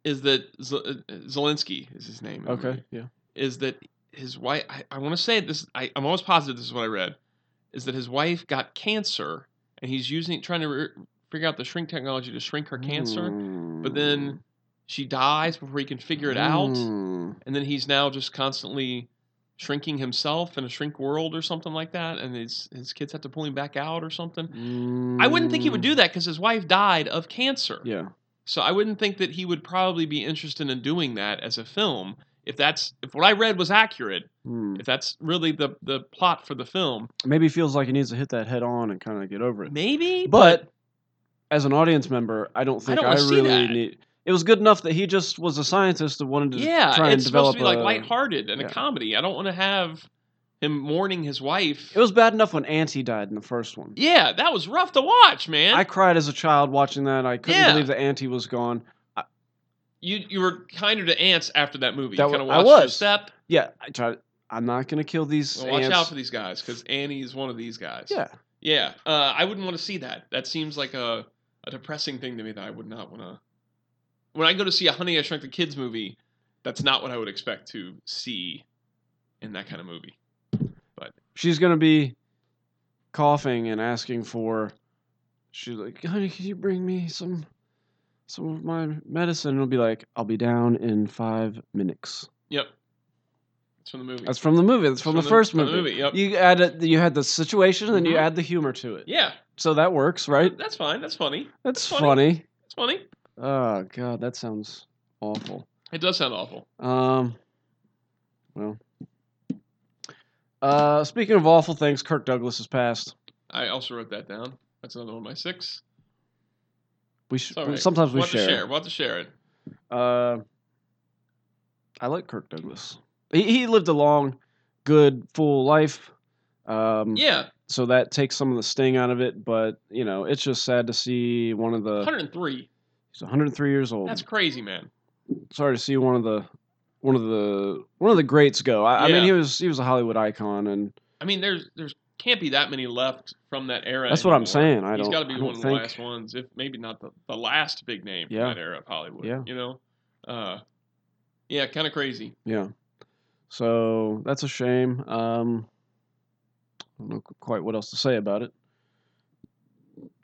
is that Z- uh, Zelensky is his name. in the
okay,
movie,
yeah,
Is that his wife? I, I want to say this. I, I'm almost positive this is what I read is that his wife got cancer and he's using trying to re- figure out the shrink technology to shrink her cancer but then she dies before he can figure it out
Mm.
and then he's now just constantly shrinking himself in a shrink world or something like that and his his kids have to pull him back out or something i wouldn't think he would do that because his wife died of cancer
Mm. Yeah,
so i wouldn't think that he would probably be interested in doing that as a film if that's if what i read was accurate
Mm.
if that's really the the plot for the film
maybe he feels like he needs to hit that head on and kind of get over it.
maybe
But as an audience member, I don't think
don't
I,
wanna see
really
that.
need. it was good enough that he just was a scientist that wanted to
yeah,
try and
it's supposed
develop
to be like
a-
lighthearted and
yeah.
a comedy. I don't want to have him mourning his wife.
It was bad enough when Auntie died in the first one.
yeah, that was rough to watch, man.
I cried as a child watching that. I couldn't
Yeah.
believe that Auntie was gone.
you you were kinder to ants after that movie.
That
you kind of
wa- I
watched your
was.
step.
Yeah, I tried. I'm not gonna kill these.
Well, watch
ants.
out for these guys because Annie is one of these guys.
Yeah,
yeah. Uh, I wouldn't want to see that. That seems like a a depressing thing to me that I would not want to. When I go to see a Honey I Shrunk the Kids movie, that's not what I would expect to see in that kind of movie.
she's gonna be coughing and asking for. She's like, honey, can you bring me some, some of my medicine? It'll be like, I'll be down in five minutes.
Yep, it's from the movie.
That's from the movie. That's from, the, first movie.
Yep.
You added, you had the situation, and you
Mhm.
add the humor to it.
yeah,
So that works, right?
that's fine. That's funny.
That's
funny.
funny.
That's funny.
Oh god, that sounds awful.
It does sound awful.
Um, well, uh, speaking of awful things, Kirk Douglas has passed.
I also wrote that down. That's another one of my six.
We sh-
It's all right.
sometimes we
We'll have to
share.
share. We'll have to share it.
Uh, I like Kirk Douglas. He he lived a long, good, full life. Um,
Yeah,
So that takes some of the sting out of it, but you know, it's just sad to see one of the.
103.
He's 103 years old.
That's crazy, man.
Sorry to see one of the, one of the one of the greats go. I, I mean,
Yeah.
he was he was a Hollywood icon, and
I mean, there's there's can't be that many left from that era.
that's what I'm
anymore.
saying. I don't.
He's got to be
I
one
don't
of the
think,
last ones, if maybe not the, the last big name
Yeah.
from that era of Hollywood.
Yeah.
You know, uh, yeah, kind of crazy.
Yeah. So that's a shame. Um, I don't know quite what else to say about it,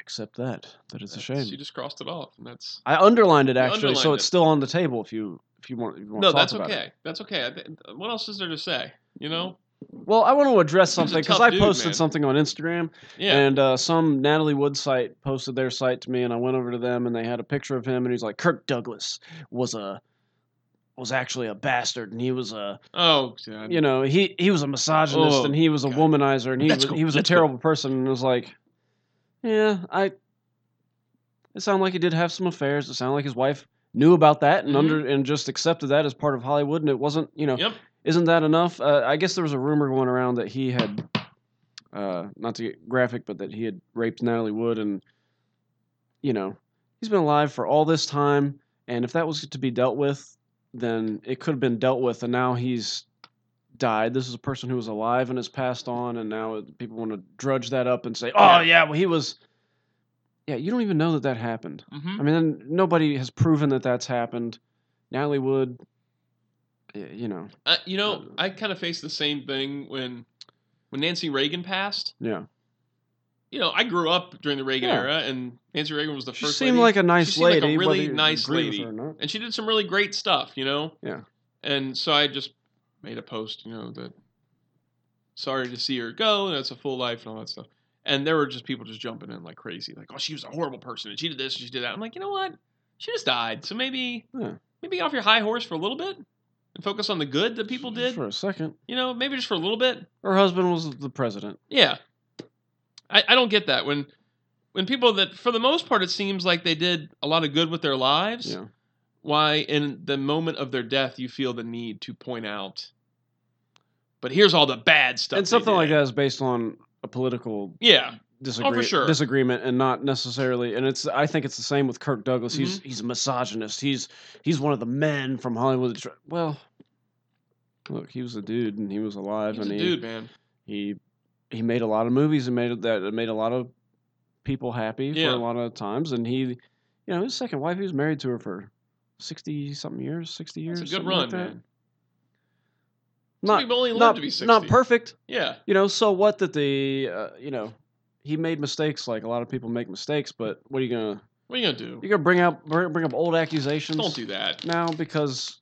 except that that it's a
That's- You
shame.
just crossed it off, and that's
I underlined it
You
actually, so
underlined
it's
it.
still on the table. If you if you want, if you want
no,
to talk
that's
about
okay.
it. Mm.
That's okay. I thi- What else is there to say? You know,
Well, I want to address
He's a
something because
tough
I
dude,
posted
man.
something on Instagram,
yeah,
and uh, some Natalie Wood site posted their site to me, and I went over to them, and they had a picture of him, and he's like, Kirk Douglas was a was actually a bastard, and he was a
oh, God.
you know he he was a misogynist
Oh,
and he was a
God.
womanizer and he
Let's
was,
go,
he was a
let's go.
terrible person and it was like yeah i it sounded like he did have some affairs it sounded like his wife knew about that and
Mhm.
under and just accepted that as part of hollywood and it wasn't you know
Yep.
isn't that enough uh, i guess there was a rumor going around that he had uh not to get graphic but that he had raped natalie wood and you know he's been alive for all this time and if that was to be dealt with then it could have been dealt with and now he's died this is a person who was alive and has passed on and now it- people want to drudge that up and say oh
Yeah.
yeah well he was yeah you don't even know that that happened
hmm
i mean then nobody has proven that that's happened natalie wood y- you know
Uh, you know, I kind of faced the same thing when when Nancy Reagan passed.
yeah
you know, I grew up during the Reagan
Yeah.
era, and Nancy Reagan was the
she
first.
seemed
lady,
like a nice
seemed like a
lady
really
whether you
nice
agree with
lady.
her or not.
and she did some really great stuff, you know.
Yeah.
And so I just made a post, you know, that sorry to see her go, and it's a full life and all that stuff. And there were just people just jumping in like crazy, like, oh, she was a horrible person, and she did this, and she did that. I'm like, you know what? She just died, so maybe
Yeah.
maybe get off your high horse for a little bit and focus on the good that people did.
for a second
You know, maybe just for a little bit.
her husband was the president
Yeah. I, I don't get that. When when people that for the most part it seems like they did a lot of good with their lives,
yeah
why in the moment of their death you feel the need to point out but here's all the bad stuff.
and
they
something like
did."
that is based on a political
Yeah.
disagree-
sure.
disagreement and not necessarily and it's I think it's the same with Kirk Douglas. He's
Mm-hmm.
he's a misogynist. He's he's one of the men from Hollywood. that tr- Well, look, he was a dude and he was alive
He's a
and he
dude, man.
he he made a lot of movies and made that made a lot of people happy
Yeah.
for a lot of times and he you know his second wife he was married to her for 60 something years 60 years
It's a good
something like
run,
that.
man. Some
not
people only live
not,
to be 60.
not perfect
Yeah.
you know, so what that the, uh, you know, he made mistakes like a lot of people make mistakes, but what are you gonna
What are you gonna do?
you're gonna bring up bring, bring up old accusations
Don't do that.
now because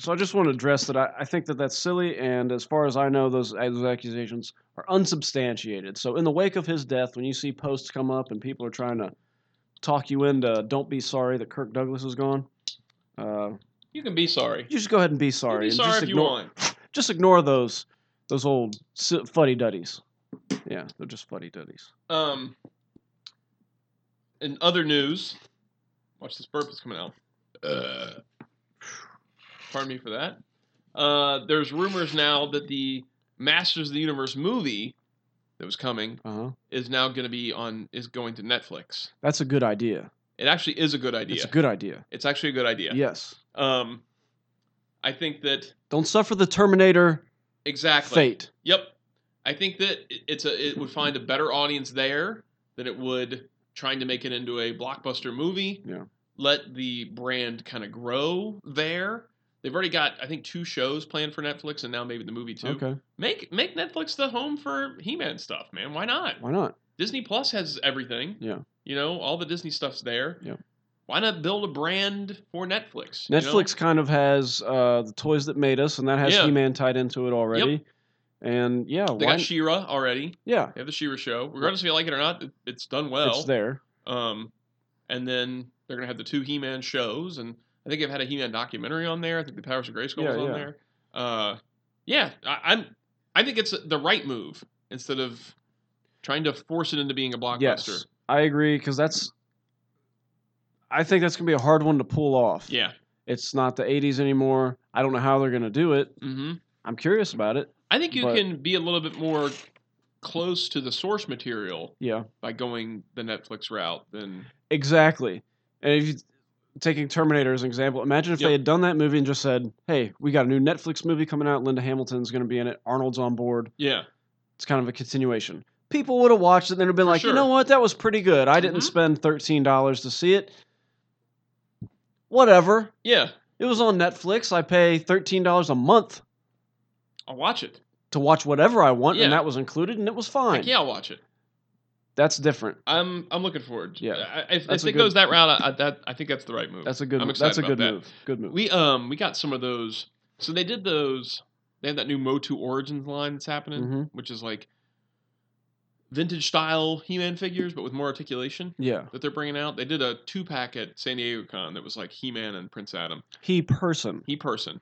so I just want to address that I, I think that that's silly and as far as I know those uh, those accusations are unsubstantiated. So in the wake of his death, when you see posts come up and people are trying to talk you into don't be sorry that Kirk Douglas is gone, uh,
You can be sorry.
you just go ahead and be sorry.
you
and
can be sorry
just
if you
ignore-
want.
just ignore those those old fuddy duddies. Yeah, they're just fuddy duddies.
Um, in other news, watch this burp is coming out. Uh, pardon me for that. Uh, there's rumors now that the Masters of the Universe movie that was coming
Uh huh.
is now going to be on is going to Netflix.
That's a good idea.
It actually is a good idea.
It's a good idea.
It's actually a good idea.
Yes.
Um, I think that
Don't suffer the Terminator
exactly.
fate.
Yep. I think that it- it's a it would find a better audience there than it would trying to make it into a blockbuster movie.
Yeah.
Let the brand kind of grow there. They've already got I think two shows planned for Netflix and now maybe the movie too.
Okay.
Make make Netflix the home for He-Man stuff, man. Why not?
Why not?
Disney Plus has everything.
Yeah.
You know, all the Disney stuff's there.
Yeah.
Why not build a brand for Netflix? you know?
Netflix kind of has uh, the toys that made us, and that has
Yeah.
He-Man tied into it already. And yeah,
They
why
got She-Ra already.
yeah,
They have the She-Ra show. Regardless if you like it or not, it- it's done well.
it's there.
Um, and then they're gonna have the two He-Man shows, and I think I've had a He-Man documentary on there. I think the Powers of Grayskull
Yeah,
was on
yeah.
there. Uh, yeah, I, I'm. I think it's the right move instead of trying to force it into being a blockbuster.
Yes, I agree because that's. I think that's gonna be a hard one to pull off.
Yeah.
It's not the '80s anymore. I don't know how they're gonna do it.
hmm
I'm curious about it.
I think you
But-
can be a little bit more close to the source material
Yeah,
by going the Netflix route than
exactly. And if you taking Terminator as an example, imagine if
Yep.
they had done that movie and just said, "Hey, we got a new Netflix movie coming out. Linda Hamilton's gonna be in it. Arnold's on board.
yeah.
it's kind of a continuation. People would have watched it and then have been
For
like,
sure.
you know what, that was pretty good. I didn't
Mhm.
spend thirteen dollars to see it. Whatever.
Yeah,
It was on Netflix. I pay thirteen dollars a month
I'll watch it.
to watch whatever I want,
Yeah.
and that was included, and it was
Heck
fine.
yeah, I'll watch it.
That's different.
I'm I'm looking forward.
Yeah.
I, I, if
That's
if
a
it
good-
goes that route, I, I, that I think that's the right move.
That's a good.
I'm
move.
excited
That's a
about
good
that.
move. Good move.
We um we got some of those. So they did those. They have that new Motu Origins line that's happening,
Mhm.
which is like vintage style He-Man figures, but with more articulation
yeah,
that they're bringing out. They did a two pack at San Diego Con that was like He-Man and Prince Adam,
he person.
He E Person,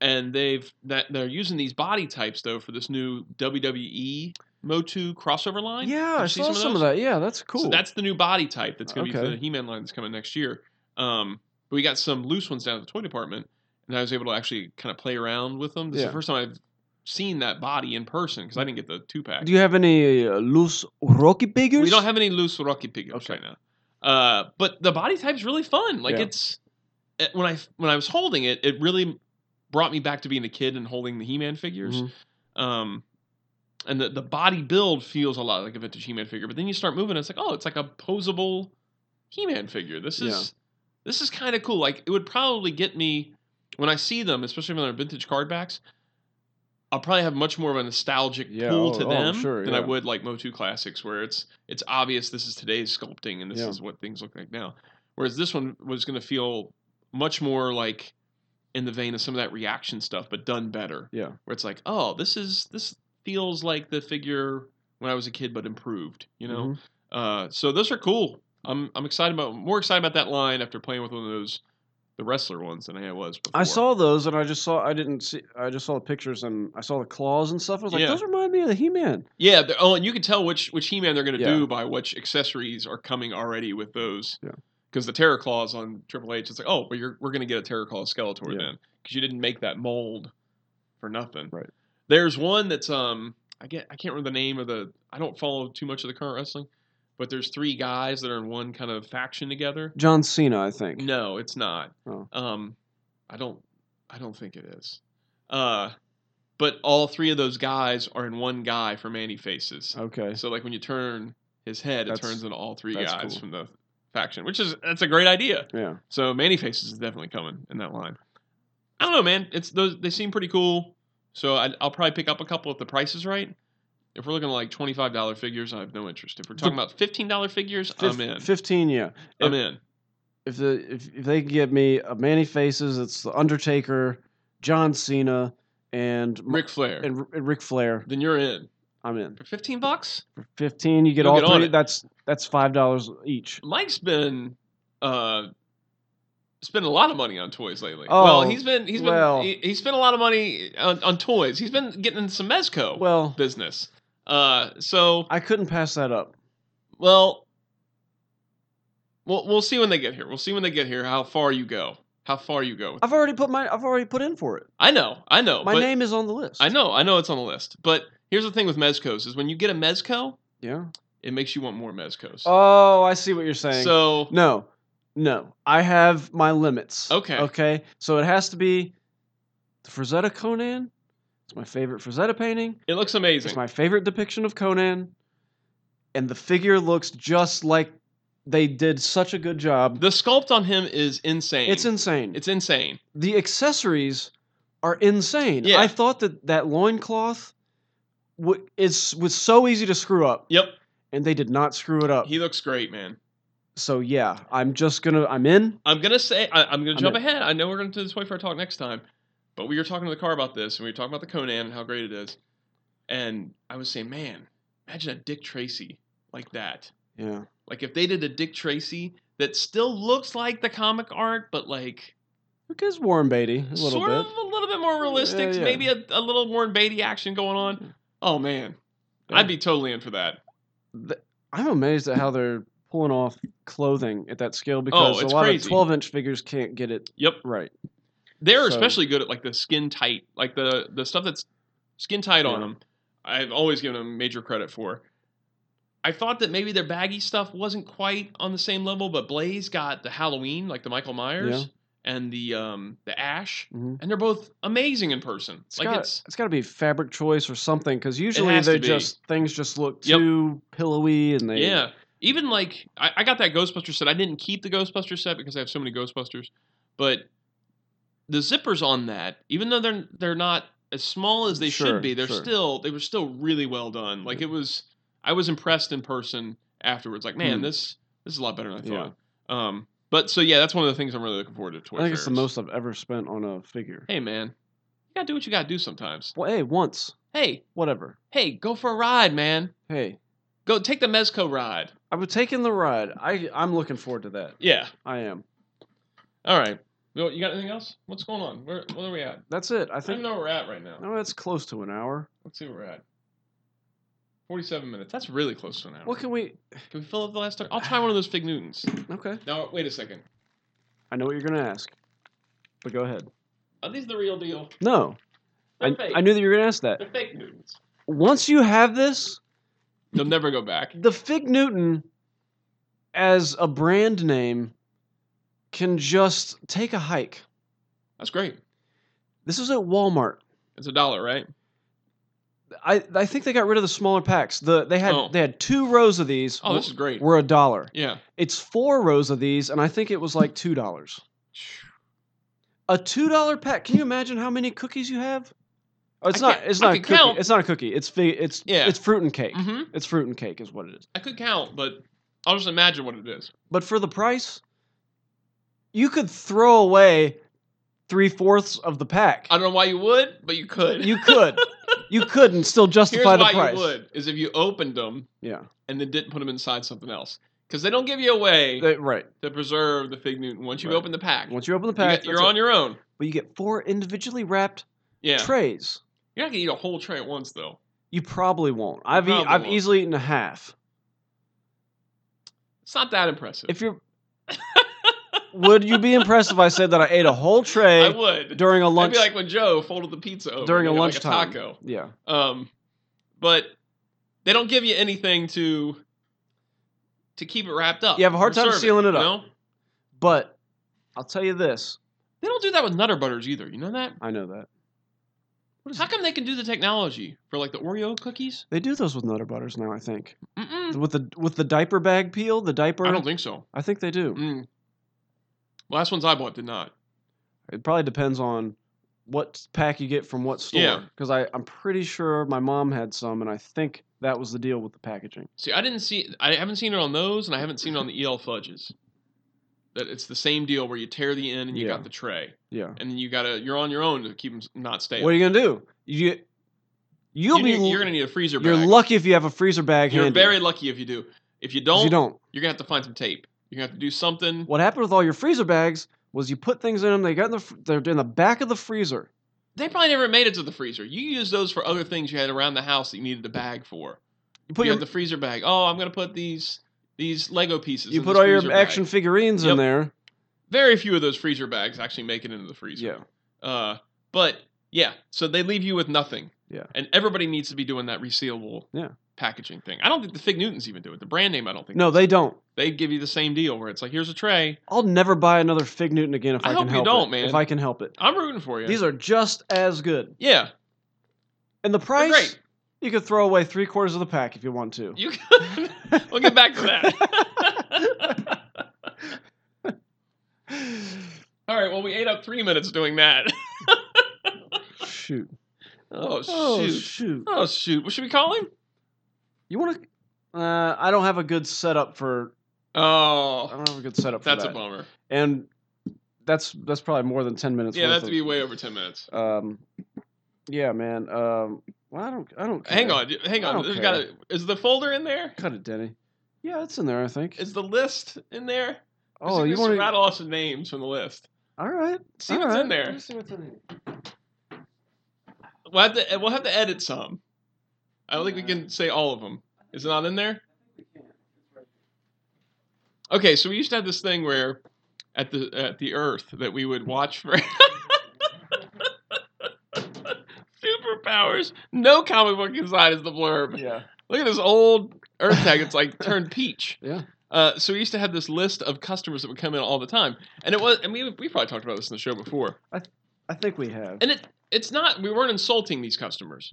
and they've that they're using these body types though for this new WWE Motu crossover line.
Yeah,
Did
I
you see
saw some, of,
those?
that. Yeah, that's cool.
So that's the new body type that's going to be
Okay.
for the He-Man line that's coming next year. Um, but we got some loose ones down at the toy department, and I was able to actually kind of play around with them. This is
Yeah.
the first time I've seen that body in person because I didn't get the two pack.
Do you have any uh, loose Rocky figures?
We don't have any loose Rocky figures
Okay.
right now, uh, but the body type's really fun. Like
Yeah.
it's it- when I when I was holding it, it really brought me back to being a kid and holding the He-Man figures.
Mhm.
Um, and the, the body build feels a lot like a vintage He-Man figure, but then you start moving, and it's like, oh, it's like a posable He-Man figure. This is this is kind of cool. Like it would probably get me when I see them, especially when they're vintage card backs. I'll probably have much more of a nostalgic
Yeah,
pull
oh-
to
oh, I'm
them
sure,
than I
yeah.
would like Motu Classics, where it's it's obvious this is today's sculpting and this
Yeah.
is what things look like now. Whereas this one was going to feel much more like in the vein of some of that reaction stuff, but done better.
Yeah.
Where it's like, oh, this is this feels like the figure when I was a kid, but improved. You know.
Mhm.
Uh, so those are cool. I'm I'm excited about more excited about that line after playing with one of those the wrestler ones than I was before.
I saw those, and I just saw. I didn't see. I just saw the pictures, and I saw the claws and stuff. I was like,
Yeah.
those remind me of the He-Man.
Yeah. they're- Oh, and you can tell which which He-Man they're going to
Yeah.
do by which accessories are coming already with those.
Yeah.
Because the Terra Claws on Triple H, it's like, oh, but you're we're going to get a Terra Claw Skeletor
Yeah.
then because you didn't make that mold for nothing.
Right.
There's one that's um I get I can't remember the name of the I don't follow too much of the current wrestling, but there's three guys that are in one kind of faction together.
John Cena, I think.
No, it's not.
Oh.
Um, I don't. I don't think it is. Uh, but all three of those guys are in one guy for Manny Faces.
Okay.
So like when you turn his head, it
That's-
turns into all three
that's
guys
cool.
from the faction, which is that's a great idea.
Yeah.
So Manny Faces is definitely coming in that line. I don't know, man. It's those. They seem pretty cool. So I, I'll probably pick up a couple if the price is right. If we're looking at like twenty five dollar figures, I have no interest. If we're talking about fifteen dollar figures, I'm
Fif-
in.
Fifteen, yeah.
I'm in.
If the if, if they can get me a Manny Faces, it's the Undertaker, John Cena, and M-
Ric Flair.
and, R- and Ric Flair.
then you're in.
I'm in.
For fifteen bucks?
For Fifteen, you get
You'll
all
get on
three.
it.
That's that's five dollars each.
Mike's been uh spending a lot of money on toys lately.
Oh,
well, he's been he's been
well.
he, he spent a lot of money on, on toys. He's been getting into some Mezco
Well,
business. Uh so
I couldn't pass that up.
well we'll we'll see when they get here. We'll see when they get here how far you go. how far you go. with
I've already put my I've already put in for it.
I know, I know.
My
but
name is on the list.
I know, I know it's on the list. But here's the thing with mezcos is when you get a mezco,
Yeah.
it makes you want more mezcos.
Oh, I see what you're saying.
so
no, no, I have my limits.
Okay.
Okay. So it has to be the Frazetta Conan. It's my favorite Frazetta painting.
it looks amazing.
It's my favorite depiction of Conan, and the figure looks just like they did such a good job.
the sculpt on him is insane.
It's insane.
It's insane.
the accessories are insane.
Yeah.
I thought that that loincloth w- is was so easy to screw up,
Yep.
and they did not screw it up.
He looks great, man.
so yeah, I'm just gonna I'm in.
I'm gonna say I, I'm gonna
I'm
jump
in.
ahead. I know we're gonna do this way for our talk next time, but we were talking to the car about this, and we were talking about the Conan and how great it is, and I was saying, man, imagine a Dick Tracy like that.
Yeah,
Like if they did a Dick Tracy that still looks like the comic art, but like
look at Warren Beatty a little
sort
bit.
of a little bit more realistic,
yeah. Mm-hmm.
maybe a, a little Warren Beatty action going on. Oh man,
Yeah.
I'd be totally in for that.
Th- I'm amazed at how they're pulling off clothing at that scale because a
Oh, it's
lot
crazy.
of 12 inch figures can't get it
Yep,
right.
they're
So-
especially good at like the skin tight, like the the stuff that's skin tight on
Yeah.
them. I've always given them major credit for. I thought that maybe their baggy stuff wasn't quite on the same level, but Blaze got the Halloween, like the Michael Myers and the um the Ash,
Mhm.
and they're both amazing in person.
It's
like
got,
it's
it's got to be fabric choice or something because usually
has to
they
be.
just things just look
Yep.
too pillowy and they
Yeah. Even like I, I got that Ghostbuster set. I didn't keep the Ghostbuster set because I have so many Ghostbusters. But the zippers on that, even though they're they're not as small as they
Sure,
should be, they're
sure.
still they were still really well done. Like it was I was impressed in person afterwards. Like, man,
Hmm.
this this is a lot better than I thought. Um but so yeah, that's one of the things I'm really looking forward to Toy
I think it's the
Fairs.
most I've ever spent on a figure.
Hey man, you gotta do what you gotta do sometimes.
Well, hey, once,
Hey,
whatever.
hey, go for a ride, man.
Hey,
Go take the Mezco ride.
I was taking the ride. I I'm looking forward to that.
Yeah.
I am.
All right. Yo, You got anything else? What's going on? Where, where are we at?
That's it. I
I don't even
think.
know where we're at right now.
No, that's close to an hour.
Let's see where we're at. 47 minutes. That's really close to an hour.
What can we? <clears throat>
Can we fill up the last time? I'll try one of those Fig Newtons.
Okay.
Now, wait a second.
I know what you're gonna ask, but go ahead.
Are these the real deal?
No,
They're
I,
fake.
I knew that you were gonna ask that.
They're fake Newtons.
Once you have this,
They'll never go back.
the Fig Newton as a brand name can just take a hike.
That's great.
This is at Walmart.
It's a dollar, right?
I, I think they got rid of the smaller packs. The they had
Oh.
they had two rows of these.
Oh, this is great.
were a dollar.
Yeah.
It's four rows of these, and I think it was like two dollars. A two dollar pack. Can you imagine how many cookies you have? Oh, it's
I
not.
can't-
It's
I
not a
can
cookie.
count.
It's not a cookie. It's fi- it's
Yeah.
it's fruit and cake.
hmm
It's fruit and cake is what it is.
I could count, but I'll just imagine what it is.
But for the price, you could throw away three fourths of
<laughs>
the pack.
I don't know why you would, but you could.
You could, you could, and still
Here's
justify
why
the price.
you would, is if you opened them
Yeah,
and then didn't put them inside something else. Because they don't give you away
That- Uh, right.
to preserve the Fig Newton once you
Right.
open the pack.
Once you open the pack,
you are on your own.
But you get four individually wrapped
Yeah.
trays.
You're not gonna eat a whole tray at once though.
You probably won't. I've eat,
probably
I've
won't.
easily eaten
<laughs>
a half.
It's not that impressive.
If you're, would you be impressed if I said that I ate a whole
I
tray
would.
during a
That'd
lunch?
be like when Joe folded the pizza over
during
you
a
know,
lunchtime.
like a taco.
yeah,
Um, but they don't give you anything to to keep it wrapped up.
You have a hard
or
time
serve
sealing it
you
up.
know?
but I'll tell you this.
They don't do that with Nutter Butters either. You know that?
I know that
How come they can do the technology for like the Oreo cookies?
they do those with Nutter Butters now. I think
Mm-mm.
with the with the diaper bag peel, the diaper.
I don't think so.
I think they do.
Mm. Last ones I bought did not.
It probably depends on what pack you get from what store.
Yeah.
Because I I'm pretty sure my mom had some, and I think that was the deal with the packaging.
See, I didn't see. I haven't seen it on those, and I haven't seen it on the EL fudges. That it's the same deal where you tear the end and you
Yeah.
got the tray,
Yeah.
and then you gotta you're on your own to keep them not stale.
What are you gonna do? You you'll
you
be
need, you're gonna need a freezer.
You're
bag.
lucky if you have a freezer bag
You're
handy.
very lucky if you do. If you
'cause
don't,
You don't.
are gonna have to find some tape. You're gonna have to do something.
What happened with all your freezer bags was you put things in them. They got in the fr- they're in the back of the freezer.
They probably never made it to the freezer. You used those for other things you had around the house that you needed a bag for.
You put
you
your
had the freezer bag. Oh, I'm gonna put these these Lego pieces.
you
in
put
this
all your
freezer bag.
action figurines in
Yep.
there.
Very few of those freezer bags actually make it into the freezer.
Yeah.
Uh, but yeah, so they leave you with nothing.
Yeah.
And everybody needs to be doing that resealable
Yeah.
packaging thing. I don't think the Fig Newtons even do it. The brand name, I don't think.
No, they don't.
They give you the same deal where it's like, here's a tray.
I'll never buy another Fig Newton again if
I
I,
hope
can
you
help
don't,
it.
man.
If I can help it.
I'm rooting for you.
These are just as good.
yeah,
And the
they're
price
great.
you could throw away three quarters of the pack if you want
<laughs>
to.
You we'll get back to
<laughs>
that. All right. Well, we ate up three minutes doing that. <laughs>
shoot.
Oh shoot.
Oh
Oh shoot.
shoot.
What should we call him?
You wanna uh, I don't have a good setup for I
Oh,
don't have a good setup for
that's
that.
a bummer.
And that's that's probably more than ten minutes.
Yeah,
worth
that'd
of,
be way over ten minutes.
Um, yeah, man. Um, well, I don't. I don't.
Hang
care.
on. Hang
I
on.
don't
There's
care.
got to. Is the folder in there?
Cut it, Denny. Yeah, it's in there. I think.
Is the list in there?
oh, you
want
want
to
to?
rattle off some names from the list?
All right.
See
all
what's
right.
in there.
Let me see what's in here.
We'll have to. We'll have to edit some. I don't think we can say all of them. Is it not in there? Okay, so we used to have this thing where, at the at the Earth, that we would watch for <laughs> superpowers. No comic book inside is the blurb.
Yeah.
Look at this old Earth tag. It's like turned peach.
Yeah.
Uh, so we used to have this list of customers that would come in all the time, and it was. I mean, we probably talked about this in the show before.
I think we have.
And it it's not we weren't insulting these customers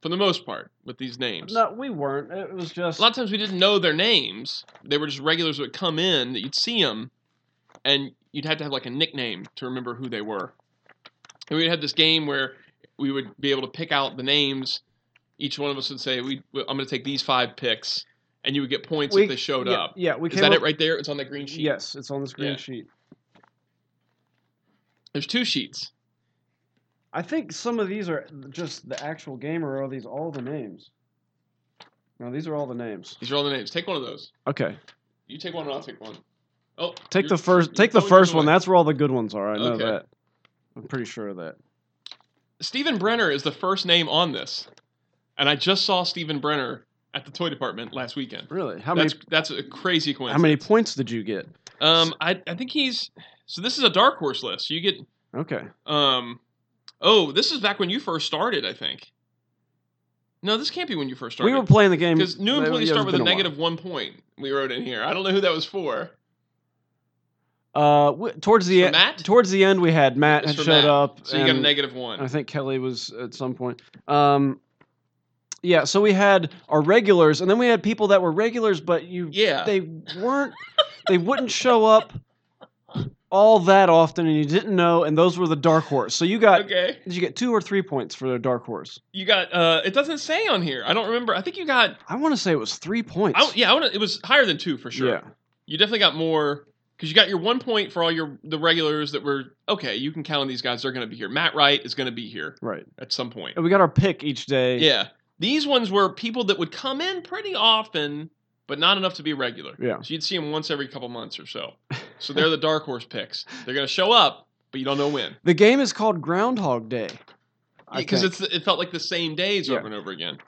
for the most part with these names.
No, we weren't. It was just.
A lot of times we didn't know their names. They were just regulars that would come in that you'd see them and you'd have to have like a nickname to remember who they were. And we'd have this game where we would be able to pick out the names. Each one of us would say, "We, I'm going to take these five picks," and you would get points
we
if they showed
yeah,
up.
Yeah, we
Is
came
that
up,
it right there? It's on that green sheet.
Yes, it's on the screen
Yeah.
sheet.
There's two sheets.
I think some of these are just the actual game, or are these all the names? No, these are all the names.
These are all the names. Take one of those.
Okay,
You take one, and I'll take one. Oh,
take
you're-
the first.
you're
Take the
throwing yours
first one.
away.
That's where all the good ones are. I know
Okay.
that. I'm pretty sure of that.
Stephen Brenner is the first name on this, and I just saw Stephen Brenner at the toy department last weekend.
Really? How
that's that's a crazy
many? How many
coincidence.
points did you get?
Um, I I think he's so this is a dark horse list. You get
Okay.
um, oh, this is back when you first started, I think. No, this can't be when you first started.
We were playing the game
because new
uh,
employees
yeah,
start
it's
with a
been while.
negative one point. We wrote in here. I don't know who that was for.
Uh, w- towards the
For
end,
Matt?
towards the end, we had Matt
It's
had
for
showed
Matt.
up.
So you got a
and
negative one.
I think Kelly was at some point. Um, yeah. So we had our regulars, and then we had people that were regulars, but you
yeah,
they weren't they wouldn't show up all that often, and you didn't know. And those were the dark horse. So you got
okay.
did you get two or three points for the dark horse?
You got uh, it doesn't say on here. I don't remember. I think you got.
I want to say it was three points.
I, don't- yeah, I wanna, it was higher than two for sure.
Yeah.
You definitely got more because you got your one point for all your the regulars that were okay. You can count on these guys; they're going to be here. Matt Wright is going to be here
Right.
at some point.
And we got our pick each day.
Yeah, these ones were people that would come in pretty often, but not enough to be regular.
Yeah.
so you'd see them once every couple months or so.
<laughs>
So they're the dark horse picks. They're going to show up, but you don't know when
The game is called Groundhog Day. I
because
think.
it's it felt like the same days
Yeah.
over and over again.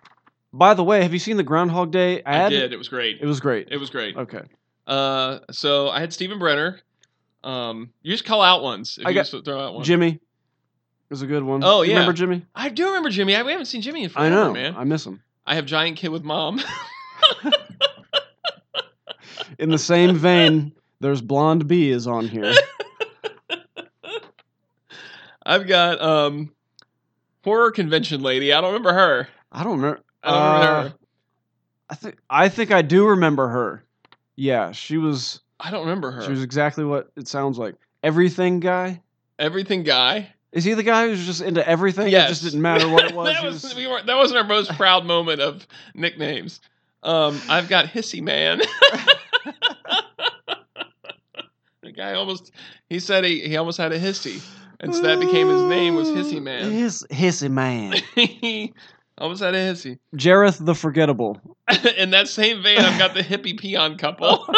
By the way, have you seen the Groundhog Day ad?
I did. It was great.
It was great.
It was great.
Okay.
Uh, so I had Steven Brenner. Um, you just call out ones. If
I
you
got-
just throw out one.
Jimmy was a good one.
Oh,
You
yeah.
Remember Jimmy?
I do remember Jimmy. I, we haven't seen Jimmy in
I
forever,
know.
man.
I miss him.
I have giant kid with mom. <laughs>
In the same vein, there's Blonde Bee is on
<laughs>
here.
I've got um horror convention lady. I don't remember her.
I don't remember.
I don't
Uh,
remember her.
I think I think I do remember her. Yeah, she was
I don't remember her.
she was exactly what it sounds like. Everything guy.
Everything guy.
Is he the guy who's just into everything? It
Yes.
just didn't matter what
<laughs>
it was.
that
he
was,
was-
we weren't, that wasn't our most proud moment of nicknames. Um, I've got hissy man. <laughs> the guy almost he said he, he almost had a hissy, and so that became his name was hissy man.
Hiss, hissy
<laughs>
man.
he almost had a hissy.
Jareth the Forgettable.
<laughs> In that same vein, I've got the hippie peon couple.
Oh.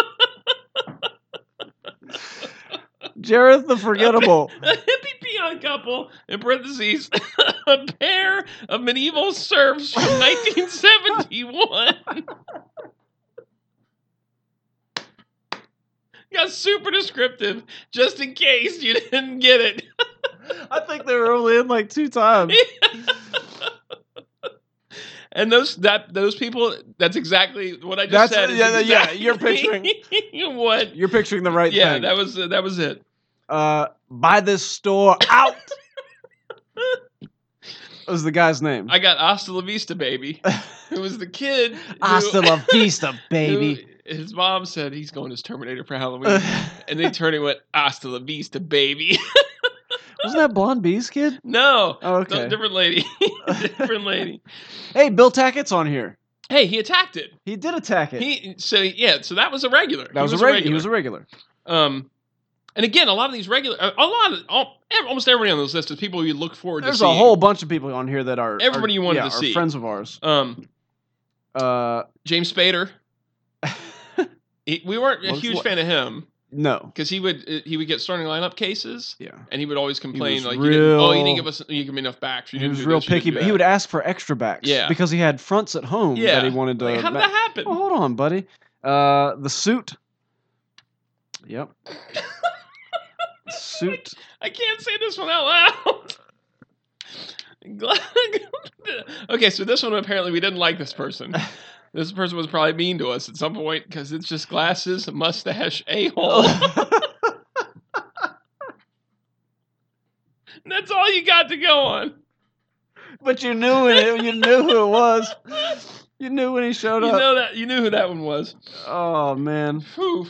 <laughs>
Jareth
<laughs>
the Forgettable.
a hippie peon couple, in parentheses, <laughs> a pair of medieval serfs
<laughs>
from 1971. God, <laughs> got super descriptive just in case you <laughs> didn't get it.
I think they were only in like two times.
And those that those people, that's exactly what I just said.
That's-
is
yeah, yeah, you're
exactly <laughs> what.
You're picturing the right
yeah,
thing.
that was that was it.
uh, buy this store <laughs> out. was the guy's name.
I got Hasta La Vista, baby. It was the
<laughs>
kid. who-
Hasta la
<laughs>
vista,
who-
baby.
his mom said he's going as Terminator for Halloween,
<laughs>
<laughs> and they turned and went Hasta La Vista, baby. <laughs>
Wasn't that Blonde Bee's kid?
no,
Oh,
no,
okay.
different lady, <laughs> different
<laughs>
lady.
Hey, Bill Tackett's on here.
Hey, he attacked it.
He did attack it.
He so yeah, so that was a regular.
that
He
was, a regular. He was a regular.
Um, and again, a lot of these regular, a a lot of all, ev- almost everybody on this list is people you look forward
There's
to.
a
seeing.
whole bunch of people on here that are
Everybody
are-
you wanted
yeah,
to
are
see.
friends of ours.
Um,
Uh, <laughs>
James Spader. He, we weren't a
Most
huge
what-
fan of him
no.
because he would uh, he would get starting lineup cases
Yeah.
and he would always complain
was
like you didn't, oh you
real-
didn't give us you give me enough backs you
He
didn't
was
do
real
this, you didn't
picky,
do
but he
that."
would ask for extra backs
Yeah.
because he had fronts at home
Yeah.
that he wanted to.
Like, how did
ma-
that happen?
Oh, hold on, buddy. Uh, the suit. Yep. suit.
<laughs> I can't say this one out loud. <laughs> Gla- okay, so this one apparently we didn't like this
<laughs>
person. This person was probably mean to us at some point because it's just glasses, mustache, a
<laughs>
hole. That's all you got to go on.
but you knew it. You knew who it was. You knew when he showed
you
up.
know that you knew who that one was.
Oh man.
Whew.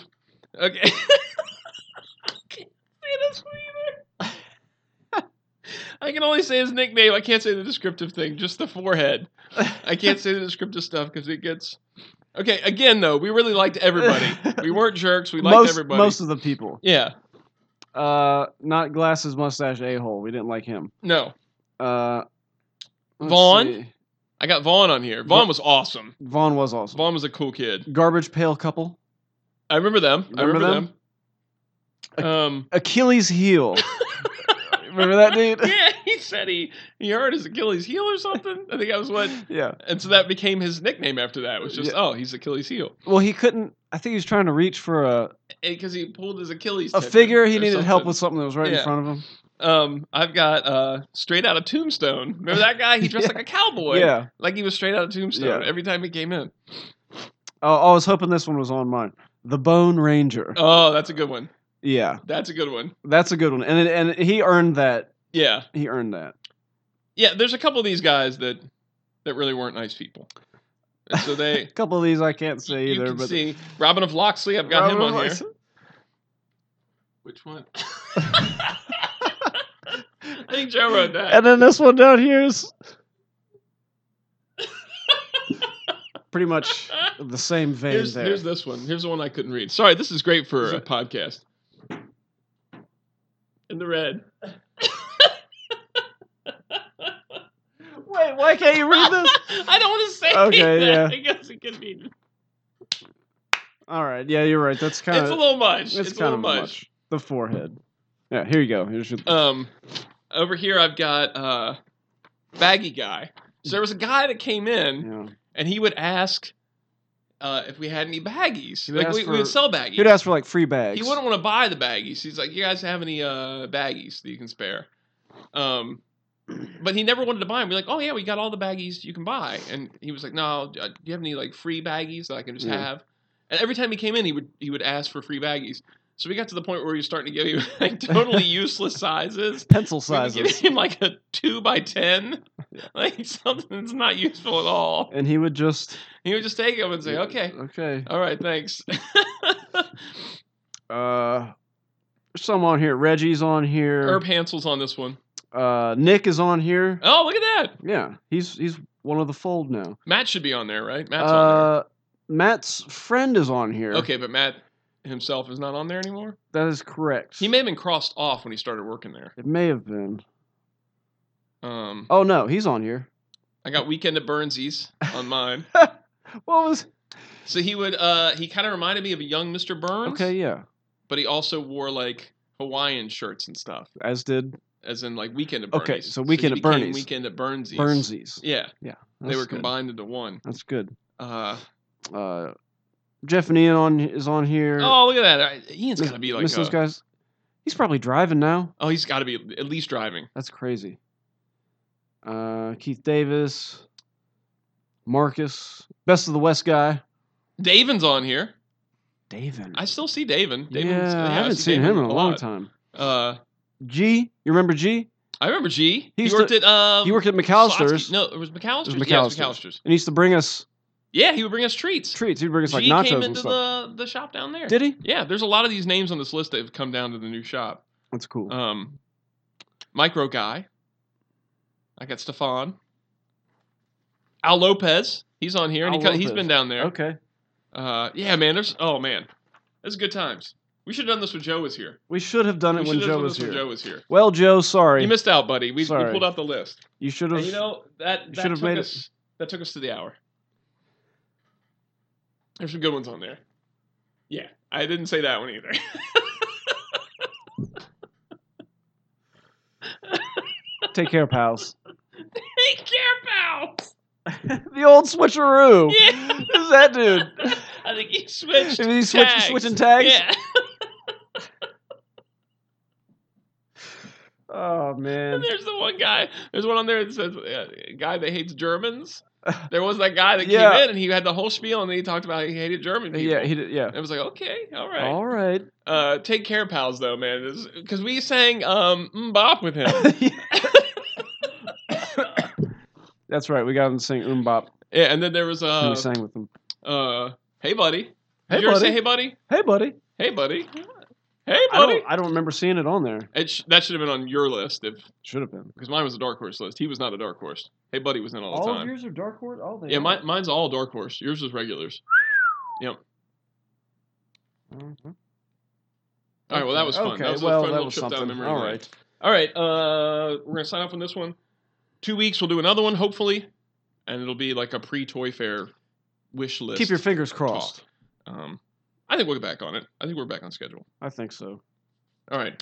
Okay. <laughs> I can't say this one either. I can only say his nickname. I can't say the descriptive thing. Just the forehead. I can't say the descriptive stuff because it gets. Okay. Again, though, we really liked everybody.
<laughs>
We weren't jerks. We liked
most
everybody.
most of the people.
Yeah.
Uh, not glasses, mustache, a hole. We didn't like him.
No.
Uh, let's
Vaughn?
see.
I got Vaughn on here. Vaughn
Va-
was awesome.
Vaughn was awesome.
Vaughn was a cool kid.
Garbage pail couple.
I remember them. I
Remember
remember them. Um.
Achilles heel. Remember that dude?
<laughs> Yeah, he said he he hurt his Achilles heel or something. I think that was what
yeah.
And so that became his nickname after that. Was just
Yeah.
oh, he's Achilles heel
Well, he couldn't. I think he was trying to reach for a
because he pulled his Achilles.
a
tendon
figure. He
or
needed help
something.
with something that was right
Yeah.
in front of him.
Um, I've got uh, straight out of Tombstone. Remember that guy? He dressed
<laughs> Yeah.
like a cowboy.
Yeah.
like he was straight out of Tombstone
Yeah.
every time he came in.
Oh, I was hoping this one was on mine. The Bone Ranger.
Oh, that's a good one.
Yeah,
That's a good one.
that's a good one, and it, and he earned that.
Yeah,
He earned that.
yeah. There's a couple of these guys that that really weren't nice people, and so they.
A couple of these I <laughs> can't say
you
either,
can
but
see Robin of Locksley. I've got him
Robin
on
Williams.
here. Which one? <laughs> I think Joe wrote that.
<laughs> And then this one down here
<laughs>
is pretty much the same vein
Here's,
there.
here's this one. Here's the one I couldn't read. Sorry, this is great for
Is
a
it-
podcast. In the <laughs> red.
Wait, why can't you read this? <laughs>
I don't want to say
Okay,
that
yeah.
because it could be.
All right, yeah, you're right. That's kind
It's
of
a little much.
it's,
It's, a little
kind of
much.
much. The forehead. Yeah, here you go. Here's your
Um, over here I've got uh, baggy guy. So there was a guy that came in
yeah.
and he would ask uh, if we had any baggies.
He would
Like
ask
we, we would
for-
sell baggies.
He'd ask for like free bags.
He wouldn't want to buy the baggies. He's like, "You guys have any uh, baggies that you can spare?" Um, but he never wanted to buy them. We're like, "Oh yeah, we got all the baggies you can buy," and he was like, "No, uh, do you have any like free baggies that I can just
Yeah.
have?" And every time he came in, he would he would ask for free baggies. So we got to the point where he was starting to give you
<laughs>
like totally useless sizes.
pencil
We would give
sizes.
him like a two by ten, <laughs> like something that's not useful at all.
and he would just
He would just take them and say, "Okay,
Okay.
all right, thanks."
Uh there's some on here. Reggie's on here.
Herb Hansel's on this one.
Uh Nick is on here.
Oh, look at that!
Yeah. He's he's one of the fold now.
Matt should be on there, right? Matt's on
Uh Matt's friend is on here.
there. Okay, but Matt himself is not on there anymore.
That is correct.
He may have been crossed off when he started working there.
it may have been.
Um,
Oh no, he's on here.
I got Weekend at Burnsies on
<laughs>
mine.
What was
So he would, uh, he kind of reminded me of a young Mr. Burns.
Okay, yeah.
But he also wore like Hawaiian shirts and stuff,
As did
as in like Weekend at Burnsies.
Okay, so Weekend
he
at
became
Bernie's.
Weekend at Burnsies.
Burnsies.
Yeah,
Yeah.
they
that's
were
good.
combined into one.
That's good.
Uh,
Uh Jeff and Ian on is on here.
Oh, look at that. I- Ian's
Miss-
got to be like.
miss those
a-
guys. He's probably driving now.
Oh, he's got to be at least driving.
That's crazy. Uh, Keith Davis, Marcus, best of the West guy,
Davin's on here.
Davin.
I still see Davin. Davin's,
yeah, I haven't
see
seen
Davin
him in a, long
lot.
time.
Uh,
G, you remember G?
I remember G.
He
He,
used
worked at. Um,
He worked at
Slotsky-
McAllister's
No, it was McAllister's.
It was
Yeah, it was
McAllister's.
McAllister's.
and he used to bring us
Yeah, he would bring us treats.
treats. He'd bring us like
G
nachos
came
and
into
stuff.
the, the shop down there.
Did he?
yeah, there's a lot of these names on this list that have come down to the new shop.
That's cool.
Um, Micro Guy. I got Stefan. Al Lopez. He's on here, and he
Al
co- he's
Lopez.
been down there.
okay,
Uh, yeah, man. There's oh man, this is good times. We should have done this when Joe was here.
we should have done
We
it
should
when
have
Joe
done
was
this
here.
when Joe was here.
Well, Joe, sorry,
You
you,
missed out, buddy. We, we
Sorry.
pulled out the list.
should have.
And you know that,
You
that
should have
took
made it-
us that took us to the hour. There's some good ones on there. Yeah, I didn't say that one either.
<laughs>
<laughs>
take
<laughs>
care, pals. <laughs>
Take care, pals.
the old
<laughs>
switcheroo.
Yeah.
<laughs> Who's that dude?
<laughs> I think he switched.
Is he switch,
Tags.
switching tags?
Yeah.
Oh man.
<laughs> There's the one guy. There's one on there that says uh, guy that hates
<laughs>
Germans. There was that guy that
Yeah.
came in and he had the whole spiel and then he talked about how he hated German people.
Yeah, he did. Yeah.
And I was like, okay, all right.
All right.
Uh, take care, pals, though, man, because we sang um, "Bop" with him. <laughs>
<coughs> That's right. We got him to sing Umbop,
yeah, and then there was
and
uh,
we sang with him.
uh, "Hey, buddy."
Hey,
Did you ever
buddy.
say "Hey, buddy"?
Hey, buddy.
Hey, buddy. Hey,
I
buddy.
don't, I don't remember seeing it on there.
It sh- that should have been on your list if
Should have been.
because mine was a dark horse list. He was not a dark horse. Hey, buddy was in all the
All of
time.
yours are Dark Horse. All they
yeah,
are.
mi- mine's all dark horse. Yours is regulars.
Mhm.
All right, well, that was fun.
Okay,
That was a
well,
fun
that
little
was
trip down
something.
memory
All
lane.
right.
All right, uh, we're gonna sign off on this one. Two weeks, we'll do another one, hopefully, and it'll be like a pre-toy fair wish list.
Keep your fingers
talk.
crossed.
Um, I think we'll get back on it. I think we're back on schedule.
I think so.
All right,